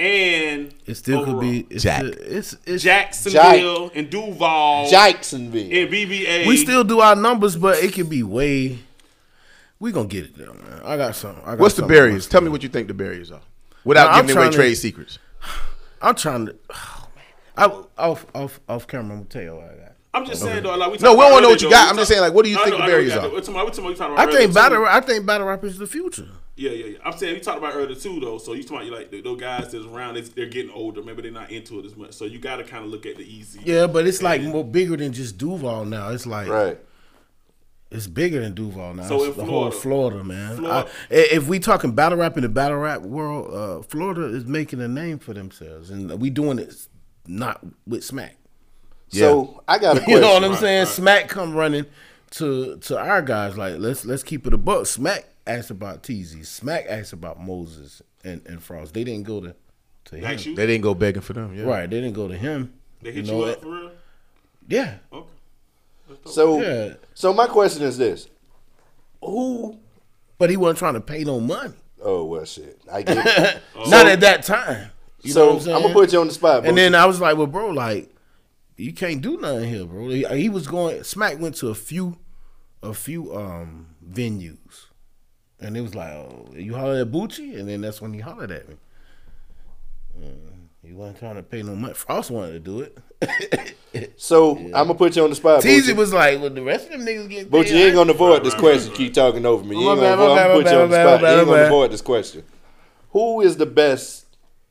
and
It still
overall.
could be. It's
Jack.
still- it's, it's,
Jacksonville and Duval
Jacksonville.
and BBA.
We still do our numbers, but it could be way. We gonna get it there, man. I got something. I got
What's the
something.
barriers? Tell me what you think the barriers are, without
No, I'm
giving away
trying to-
trade secrets.
I'm trying to. Oh, man. I off off off camera. I'm gonna tell you what I got.
I'm just saying though. Like, we
No,
talked
we don't
about
know what you
earlier,
got.
though.
I'm
We
just
talk-
saying, like, what do you
I
think
know,
the
I know what
barriers
you got.
are?
We're talking about- we're talking about- we talked about
I
earlier,
think
too.
battle. I think battle rap is the future.
Yeah, yeah, yeah. I'm saying we talked about earlier too, though. So you talking about you like those guys that's around, it's, they're getting older. Maybe they're not into it as much. So you got to kind of look at the easy.
Yeah, but it's like more bigger than just Duval now. It's like
Right.
it's bigger than Duval now.
So
It's
in
the whole
Florida-
Florida, man.
Florida-
I- i- if we talking battle rap in the battle rap world, uh, Florida is making a name for themselves, and we doing it not with Smack.
So I got a question.
You know what I'm
Right,
saying?
right.
Smack come running to to our guys like let's let's keep it a buck. Smack asked about TZ. Smack asked about Moses and, and Frost. They didn't go to to him.
Like you,
They didn't go begging for them. Yeah.
Right, they didn't go to him.
they hit you,
You know
up
it-
for real.
Yeah.
Okay.
So,
Yeah.
so my question is this: Who?
But he wasn't trying to pay no money.
Oh well, shit. I get it.
Oh.
Not at that time. You know
so
what I'm
I'm,
saying?
gonna put you on the spot.
and
Boosie.
then I was like, well, bro, like, you can't do nothing here, bro. He, he was going, Smack went to a few, a few um venues. And it was like, oh, you hollered at Bucci? And then that's when he hollered at me. Mm, he wasn't trying to pay no money. Frost wanted to do it.
so I'm gonna put you on the spot.
Teasy
Boosie.
was Oh, like, well, the rest of them niggas getting
But
paid.
you ain't gonna avoid this
Right, right,
question.
right.
Keep talking over me. You
My
ain't
bad,
gonna avoid.
Oh, my bad,
I'm gonna put you
my
on the
bad, my
spot. You
bad,
ain't
my
gonna
bad.
avoid this question. Who is the best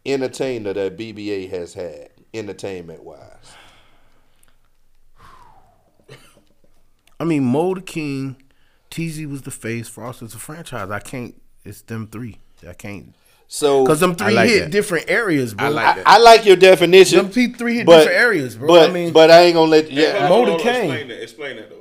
entertainer that BBA has had, entertainment wise?
I mean, Mo the King, Teasy was the face, Frost was the franchise. I can't, it's them three. I can't.
So
Because them three
like
hit
that.
different areas, bro.
I like
I,
that.
I like your definition.
Them P three hit
but-
different areas, bro.
But,
I mean,
but I ain't gonna let. Yeah,
Mo-
Hold on,
Moda
hold on,
Kane.
Explain that. Explain that though.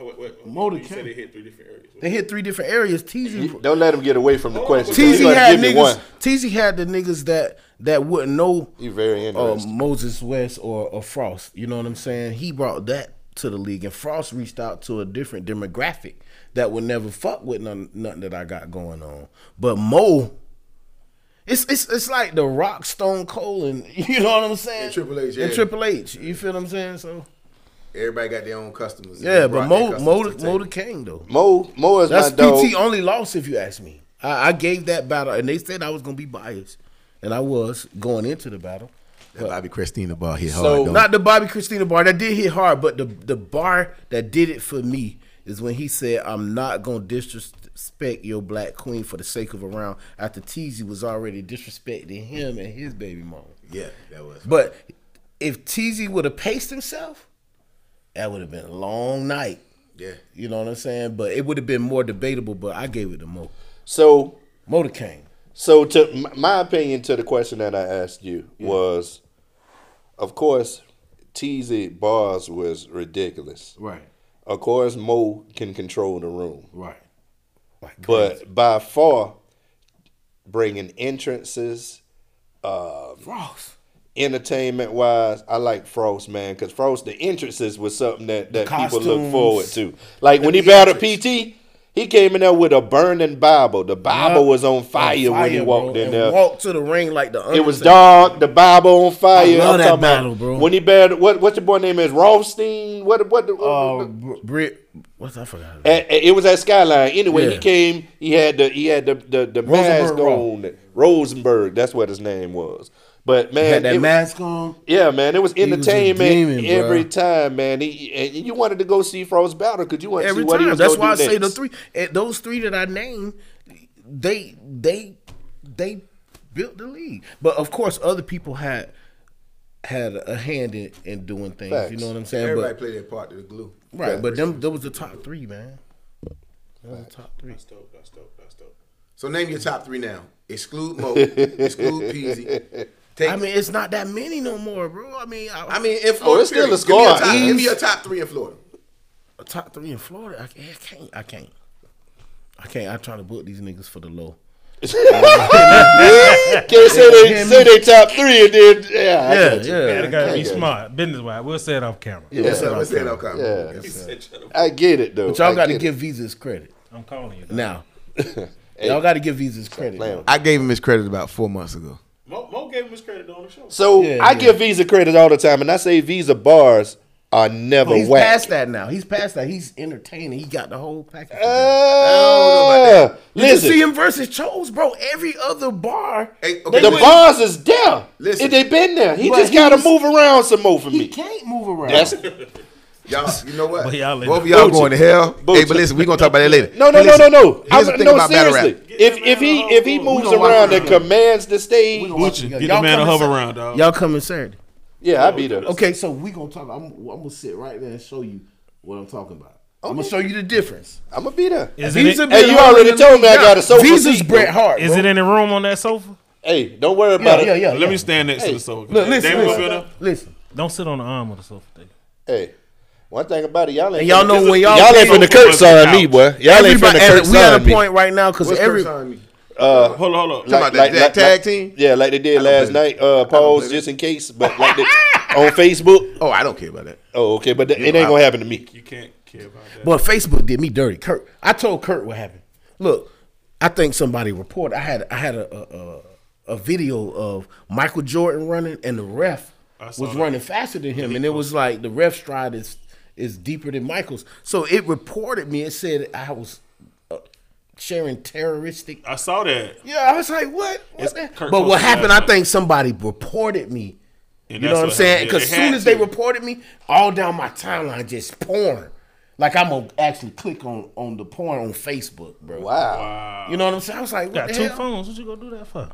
Oh, wait, wait,
Moda
You said
Kane.
they hit three different areas.
they hit three different areas. TZ,
don't let him get away from the question. He's
TZ
gonna
Oh, had
give you one.
niggas. TZ had the niggas that that wouldn't know
You very
uh,
interesting.
Moses West or, or Frost. You know what I'm saying? He brought that to the league, and Frost reached out to a different demographic that would never fuck with none, nothing that I got going on. But Mo. It's, it's, it's like the Rock, Stone Cold, and you know what I'm saying.
And Triple H,
and
yeah.
Triple H. You feel what I'm saying? So
Everybody got their own customers.
yeah, but Mo Mo Mo the King though.
Mo, Mo is
That's
my dog.
PT only loss, if you ask me. I, I gave that battle, and they said I was gonna be biased, and I was going into the battle.
Bobby Christina ball hit hard.
So-
Oh, don't
Not the Bobby Christina bar that did hit hard, but the the bar that did it for me is when he said, "I'm not gonna disrespect your black queen for the sake of a round." After Teasy was already disrespecting him and his baby mama.
it? yeah, that was.
But if Teasy would have paced himself, that would have been a long night.
yeah.
You know what I'm saying? But it would have been more debatable. But I gave it to Mo.
So
Motor King.
So, to m- my opinion, to the question that I asked you was, of course, TZ bars was ridiculous.
Right.
Of course, Mo can control the room,
Right.
but by far, bringing entrances,
Frost.
entertainment wise, I like Frost, man, because Frost the entrances was something that, that people look
costumes.
forward to. Like when he battled PT, he came in there with a burning Bible. The Bible was on fire, when he
Fire,
walked
bro,
in
and
there.
Walked to the ring like the.
it was
Undertaker.
dark. The Bible on fire.
I love
I'm
that
talking about
battle, bro.
When he battled, what what's your boy name is Rothstein? What what? the-
Oh, Br- Brit. What's I forgot? about?
At- at- it was at Skyline. Anyway, he
Yeah.
came. He had the he had the the, the mask
Rosenberg Raw.
on. Rosenberg. That's what his name was. But man,
Had
it
that
was-
mask on.
yeah, man, it was
was a
entertainment
demon, bro.
every time, man. He, and you wanted to go see Frost battle because you wanted to
Every
see what he
time.
was
That's
going
why I
to do
say the
next.
three. and Those three that I named, they they they built the league. But of course, other people had had a hand in, in doing things. You
Facts.
know what I'm saying?
Everybody
but
play their part to the glue.
right, but them those was the top three, man. That was the top three.
That's dope. That's dope. That's dope.
So name your top three now. Exclude Mo. exclude Peasy. Take.
I mean, it's not that many no more, bro. I mean, I,
I mean, in Florida,
Oh, it's still
period.
a
Give me your
squad.
top- Give me
Ease.
your top three in Florida.
top three in Florida. I can't. I can't. I can't. I can't. I'm trying to book these niggas for the low.
Can't say they say they top three and then yeah, I got you.
Yeah, they gotta be
Yeah.
smart, business wise. We'll say it off camera.
What's up? What's that outcome?
Yeah.
Yes, sir.
I get it though.
But y'all
I
got to
get it.
give Visas credit
I'm calling you.
now. y'all got to give Visas credit.
playing
though.
I gave him his credit about four months ago.
Mo, Mo gave him his credit on the show.
So
Yeah,
I
yeah.
give Visa credit all the time, and I say Visa bars are never
He's
whack.
past that now. He's past that. He's entertaining. He got the whole package. together.
Uh,
Did you
listen,
see him versus Chose, bro. Every other bar,
Hey, okay,
they
the
went-
bars is there. Listen,
Listen.
they been there. He
But
just
he
got to
was-
move around some more for
he
me.
can't move around.
That's
y'all, you know what?
But y'all in
Both of
the-
y'all
Booty.
going to hell. Hey,
Booty.
but listen, we're going to talk about that later.
No, no,
But
no, no,
listen,
no.
Here's
I'm,
the thing
no,
about battle
seriously.
rap.
If if he if he moves
gonna watch
around and
it together.
commands the stage,
Gucci,
Y'all
get the man a
coming
hover
Sat-
round, dog.
Y'all coming Saturday?
yeah, I'll be there.
Okay, so we gonna talk. I'm, I'm gonna sit right there and show you what I'm talking about. I'm gonna show you the difference.
I'm gonna be there.
Isn't it,
been
Hey, you
holding
already
the
told me I
league
got a
up.
sofa
Visa's
seat,
Bret
bro.
Hart.
is
bro.
it in the room on that sofa?
Hey, don't worry
Yeah,
about
yeah,
it.
yeah.
Let
yeah.
me stand next
Hey,
to the sofa.
Look, listen,
Damon gonna be
listen,
on
listen.
Don't sit on the arm of the sofa. Thing.
Hey, one thing about it, y'all ain't.
And y'all know when y'all
y'all ain't
came-
finna curse on me, boy. Y'all ain't
Everybody,
finna
and
curse
we at
on
a
me.
point right now because
What's
every
Curtis on me?
there. Hold on, hold on.
Talking about that- that tag team?
Yeah, like they did last
believe
night. Uh, pause
believe
just in case, but like they, on Facebook.
Oh, I don't care about that.
Oh, okay, but that, it
know,
ain't gonna happen to me.
You can't care about that.
But Facebook did me dirty. Kurt, I told Kurt what happened. Look, I think somebody reported. I had I had a a, a- a video of Michael Jordan running, and the ref
I
was
saw that.
running faster than him, and it was like the ref stride is is deeper than Michael's. So it reported me. It said I was uh, sharing terroristic.
I saw that.
Yeah, I was like, what?
It's
what the-
Kurt
but what
Cobain,
happened? I
man.
think somebody reported me.
And
you
that's
know what I'm
what
saying?
happened.
Because
They
soon
had
as they
to.
reported me, all down my timeline just porn. Like I'm gonna actually click on on the porn on Facebook, bro.
Wow.
You know what I'm saying? I was like, what
Got
the
two
hell?
phones. What you gonna do that for?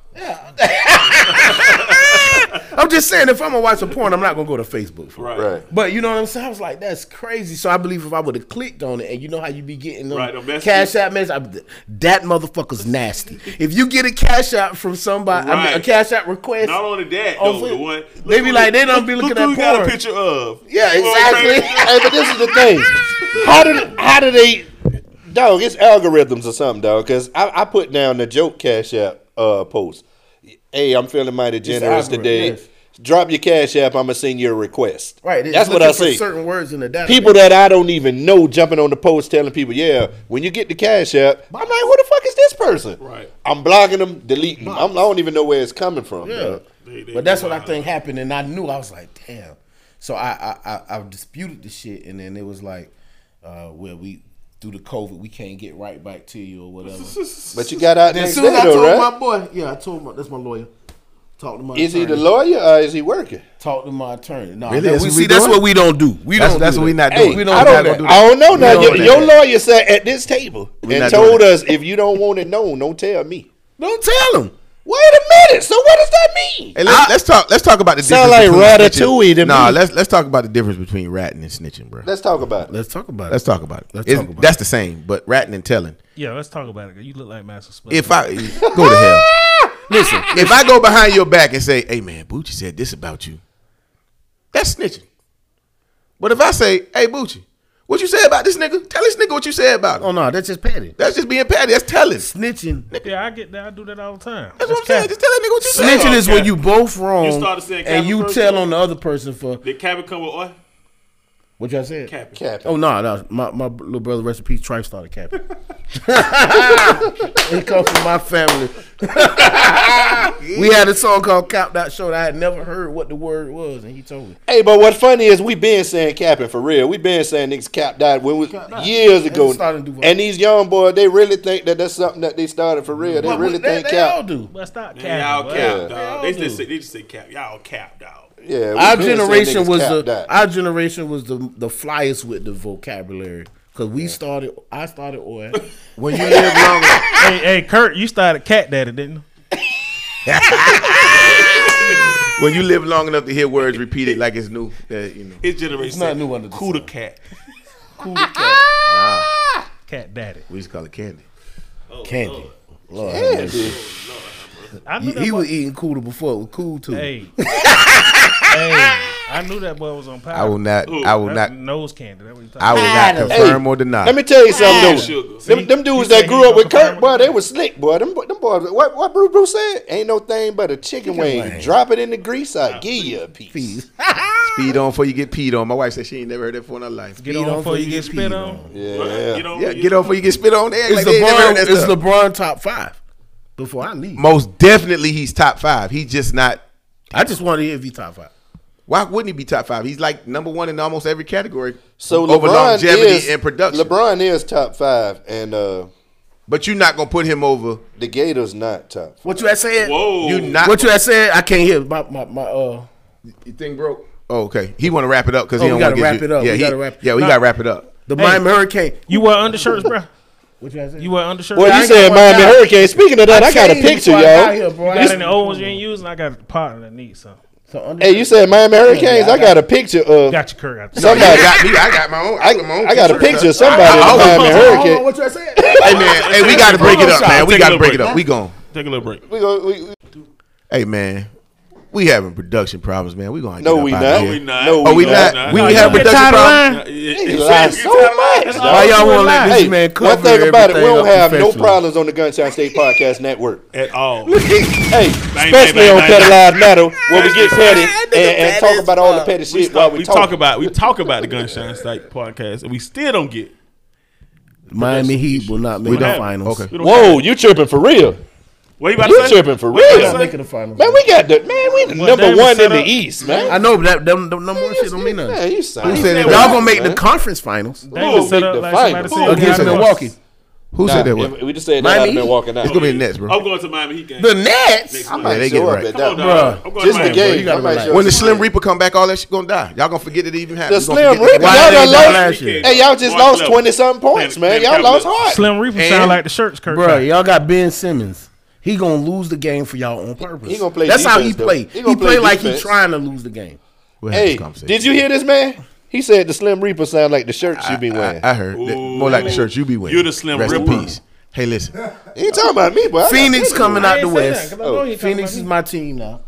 I'm just saying, if I'm gonna watch a porn, I'm not gonna go to Facebook for it.
Right.
Right.
But you know what I'm saying? I was like, that's crazy. So I believe if I would have clicked on it, and you know how you be getting them
Right, the messages.
cash out message, I- that motherfucker's nasty. if you get a cash out from somebody, I mean,
Right.
a cash out request,
Not only that,
Oh,
though,
for-
the one
they be
who-
like, they don't be
look-
looking
look who
at
you got
porn.
a picture of.
Yeah,
You know what I'm
exactly.
saying?
hey, but this is the thing. How did how do they? Dog, it's algorithms or something, dog. Because I, I put down the joke cash app uh, post. Hey, I'm feeling mighty generous
algorithm,
today.
yes.
Drop your cash app. I'm gonna send you a request.
right? it's
That's what
looking
I
for
see.
Certain words in the data.
People that I don't even know jumping on the post telling people, yeah, when you get the cash app, I'm like, who the fuck is this person?
Right.
I'm blocking them, deleting them. I'm, I don't even know where it's coming from.
Yeah.
Yeah.
They- they
but that's
be
what I
wild.
think happened, and I knew I was like, damn. So I I, I, I disputed the shit, and then it was like, uh, well, we through the COVID, we can't get right back to you or whatever.
But you got out
then
next
as soon as
day,
I told
though, right?
my boy, yeah, I told my that's my lawyer. Talk to my
Is he
attorney.
the lawyer or is he working?
Talk to my attorney. No,
Really?
that-
That's
we,
what
see,
we
that's
doing?
what we don't do. We
That's,
don't.
that's
do
what we're
that.
not
Hey,
doing.
we
I
we're
don't,
not gonna do
know.
that.
I don't know
We
now.
don't
Your,
do
your
that.
lawyer sat at this table
We
and
not
told
doing that.
us if you don't want it known, don't tell me.
Don't tell him.
Wait a minute. So what does that mean?
Hey, let's, let's talk. Let's talk about the
Sound
difference.
like
between
Ratatouille
snitching.
to
Nah,
me.
let's let's talk about the difference between ratting and snitching, bro.
Let's talk about it.
Let's talk about
Let's
it.
talk about it.
Let's
It's-
talk about
that's the same, but ratting and telling.
Yeah, let's talk about it. You look like Master Splinter.
If I go to hell,
listen,
If I go behind your back and say, "Hey man, Bucci said this about you," that's snitching. But if I say, "Hey Bucci, what you say about this nigga? Tell this nigga what you said about him."
oh no, that's just petty.
That's just being petty. That's telling. That's
Snitching,
Yeah, I get that. I do that all the time.
what I'm saying. Just tell that nigga what you said.
snitching is
okay.
when you both wrong
You started saying
and you
Captain
tell
Kirk?
on the other person for
Did Cabin come with what?
what y'all said.
Cabin.
Cap.
Oh no, no, my my little brother, rest in peace, Tripe started capping. it comes from my family. we had a song called "Cop Out Show" that I had never heard what the word was, and he told me.
Hey, but what's funny is we been saying capping for real. We been saying niggas cap died when we, years ago.
it started to do-
And these young boys, they really think that that's something that they started for real. They
What-
really
what- they,
think
they all
cap.
do.
But stop
Man, y'all
capping.
cap,
boy.
dog.
Y'all
they
do.
just say, they just say cap. Y'all cap, dog.
Yeah, we
Our
been saying
generation
niggas
was
cap
the
died.
our generation was the the flyest with the vocabulary because we started. I started or
When you live longer,
Hey, hey, Kurt, you started cat daddy, didn't you?
when you live long enough to hear words repeated like it's new, that you know.
His generation it's
not new under the
Cuda
sun.
cat.
Nah,
Cat daddy.
we used to call it candy.
Oh,
candy. Lord,
Yeah, dude.
I knew
he,
that
he
boy-
was eating cooler before. It was cool too.
Hey, hey, I knew that boy was on power.
I will not. I will
That's
not.
nose candy. That's what you
I
talking
will not confirm or
Let
deny.
me tell you something,
Sugar.
though. Them, them dudes
He said
that
he
grew up with
don't
Kirk,
confirm
boy,
it.
they was slick, boy. Them, bo- them boys, what, what Bruce, Bruce said? Ain't no thing but a chicken, wing. Drop it in the grease, I give you a piece.
Speed on before you get peed on. My wife said she ain't never heard that before in her life.
Get on before you get spit on.
Yeah.
uh, You
Oh,
know,
Yeah, get on before you get spit on. They act
It's
like they ain't never heard
LeBron.
that
It's
stuff.
LeBron top five. Before I leave,
Most definitely, he's top five. He's just not.
I just want to hear if you top five.
Why wouldn't he be top five? He's like number one in almost every category.
So
over
LeBron
longevity
is,
and production.
LeBron is top five, and uh,
But you're not gonna put him over.
the Gators not top.
What you had said?
Whoa.
You not.
What you had said? I can't hear my my, my uh.
you think broke? Oh, okay. He want to wrap it up because
Oh,
he
we gotta
don't want to
wrap it up.
Yeah,
We
he,
gotta wrap-
yeah, we
Nah.
gotta wrap it up.
The Miami Hurricane.
You wear undershirts, bro.
What you had said?
You wear undershirts.
Well,
I
you
ain't
said
got one
Miami
out.
Hurricane. Speaking of that, I, got a
Changed
picture,
before I got
y'all.
here, bro.
You got any old ones you ain't using? I got a partner that needs some.
So under-
Hey, you said Miami Hurricanes.
I
I got a picture of
Got your Kurt out there.
You
somebody.
got me. I got my own. I, got my own
I got a
t-shirt,
picture
huh?
of somebody in
I-
the
I- I-
Miami
Hold on,
Hurricane.
what you had said?
Hey man, hey, we gotta break it up, man. We
Take
gotta
a
break it
break.
up. We gone.
Take a little break.
We go. We, we,
Hey man, we having production problems, man. We gonna
no,
get
we
up
not.
out of here.
No,
Oh, we
No,
not.
not.
We
No,
we
you
have
get
production problems.
He lies so much.
Why y'all want to let this
Hey,
man cover
one thing about it, we
everything up
don't have no
professionally?
problems on the Gunshot State Podcast Network.
At all.
Hey,
bang,
especially
bang,
on
bang,
Petty
bang.
Live Metal, where we get petty
That
and,
nigga
and
petty
talk
as
about all the
fuck.
petty shit
we,
while
start,
we,
we
talk.
talk about we talk about the Gunshine Strike podcast, and we still don't get.
Miami Heat will not make
We
the
don't.
finals.
Okay.
We don't
Whoa,
care.
you tripping for real?
what you about
You
to say?
tripping for
What
real?
you about to
Make it
say?
the finals.
Man, we got the man. We the number
Davis
one
set
in the
up-
East, man.
I know, but that, them, them number one shit don't mean nothing.
Yeah, you sound-
Who said
you
that?
Y'all
sound-
gonna make the
man.
conference finals
They was set
Whoa.
up
The
like
final.
somebody said.
against
Miami
Milwaukee.
Who said that?
Nah, if
was?
we Oh, just said that.
Miami
I'd have been
Heat?
walking out.
It's gonna be the Nets, bro.
I'm going to Miami Heat game.
The Nets.
Next
I
month.
Yeah,
might
they
show
get
up
right.
at
Come on,
that.
dog. I'm going
Just
to
the
Miami.
game.
gotta
I might
relax.
show
When the
up.
Slim Reaper come back, all that shit gonna die. Y'all gonna forget it even happened.
The
You gonna
Slim
forget that-
Reaper,
Why
y'all
they
done
done
lost.
last year?
Hey, y'all just
One
lost
level.
twenty something points,
Planet-
man.
Planet
Y'all lost
Capitalist.
hard.
Slim Reaper
And-
sound like the shirts, Kurt.
Bro,
Bro,
y'all got Ben Simmons. He gonna lose the game for y'all on purpose.
He gonna play
That's how he
defense, though.
play.
He
He,
gonna
play,
play
like he
defense.
trying to lose the game.
We'll have
Hey,
this conversation.
did you hear this, man? He said the Slim Reaper sound like the shirts you be wearing.
I, I heard. That- More like the shirts you be wearing.
You're the Slim
Rest in
Reaper.
peace. Hey, listen.
He ain't talking about me, but I got
Phoenix
pictures.
coming out the west.
Oh,
Phoenix is my team now.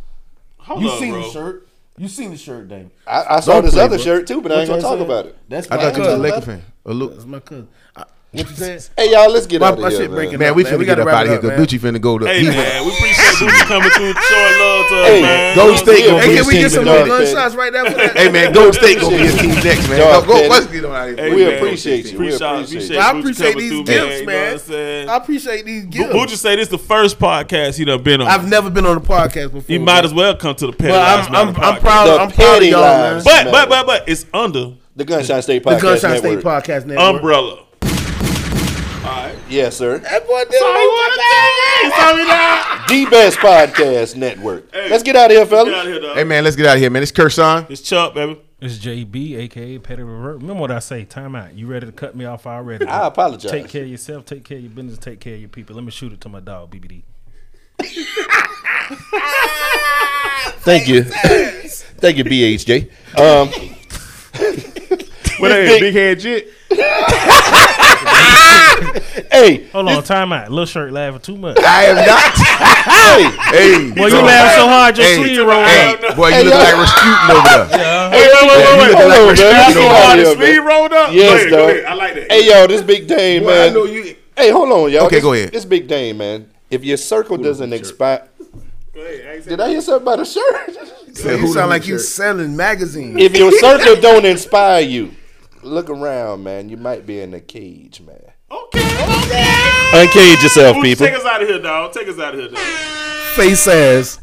Hold
You
up,
seen
bro.
the shirt? You seen the shirt, Dang.
I, I saw
Don't
this
play,
other
bro.
shirt too, but I ain't gonna
What y'all
talk
said?
about it.
That's
I
my
thought you was a
cousin.
Laker fan. Or Luke.
That's my cousin. I, what you said?
Hey, y'all, let's get
My-
out of
my
here,
shit
man.
breaking
Man,
up,
we
man.
finna
We
get
gotta
up
wrap
out
it
of here
up,
because
man.
Gucci finna go to.
Hey,
he went-
man. We appreciate Boozy coming through showing love to us,
Hey,
man.
Golden
Love
State
to you.
Hey,
gonna be
can
his
we
team
get some
in the
more
other-
North.
gunshots right now for that?
Hey man, Golden State gonna be his team next, man.
Y'all
Go, go
petty.
let's get on out of here.
Hey,
we
man.
appreciate you. We
Appreciate-
appreciate you.
appreciate
I
Boozy
appreciate
coming
these
through,
gifts,
You know what
man.
I'm saying?
I appreciate these gifts.
Boozy say this the first podcast he done been on.
I've never been on a podcast before.
he might as well come to the petty.
Well,
Lives
I'm, I'm,
Matter
I'm
podcast.
proud.
The
I'm proud of
petty
y'all, man.
lies.
But but but but it's under
The Gunshine State
The
Podcast
Gunshot State
Network.
Podcast Network.
umbrella.
Yes, sir.
That boy did a whole
The best podcast network. Let's get out of here,
Get out
fellas.
of here, dog.
Hey man, let's get out of here, man. It's Kershon.
It's Chuck, baby.
It's JB, aka Petty Revert. Remember what I say? Time out. You ready to cut me off already?
I apologize.
Take care of yourself. Take care of your business. Take care of your people. Let me shoot it to my dog, BBD.
Thank you. Thank you, BHJ. Um,
What
Big-
head jit?
hey,
Hold on, time out. Little shirt laughing too much.
I am not. hey, hey.
Well, you laugh so hard, your sleeve roll
Hey,
up.
boy, you
Hey,
look
yo.
like Rasputin over there.
Yeah.
hey,
wait, wait, wait,
Yeah, you
wait.
look
hold on,
like
man.
Rasputin
That's
Come
so
on,
over
hard.
there.
yo,
The speed
man.
rolled up.
Yes,
Go ahead, go
dog.
ahead. I like that.
Hey, yo, this big Dame,
Boy, I
man.
know you.
Hey, hold on, y'all.
Okay,
This-
go ahead.
This big Dame, man. If your circle doesn't expire,
Go ahead. I ain't saying
did I hear something about a shirt?
Said,
You
who
sound
the
like
who
you
shirt?
selling magazines.
if your circle don't inspire you, look around, man. You might be in a cage, man.
Okay. okay.
Uncage yourself,
Boots, Take us out of here, dog. Take us out of here, dog.
Face ass.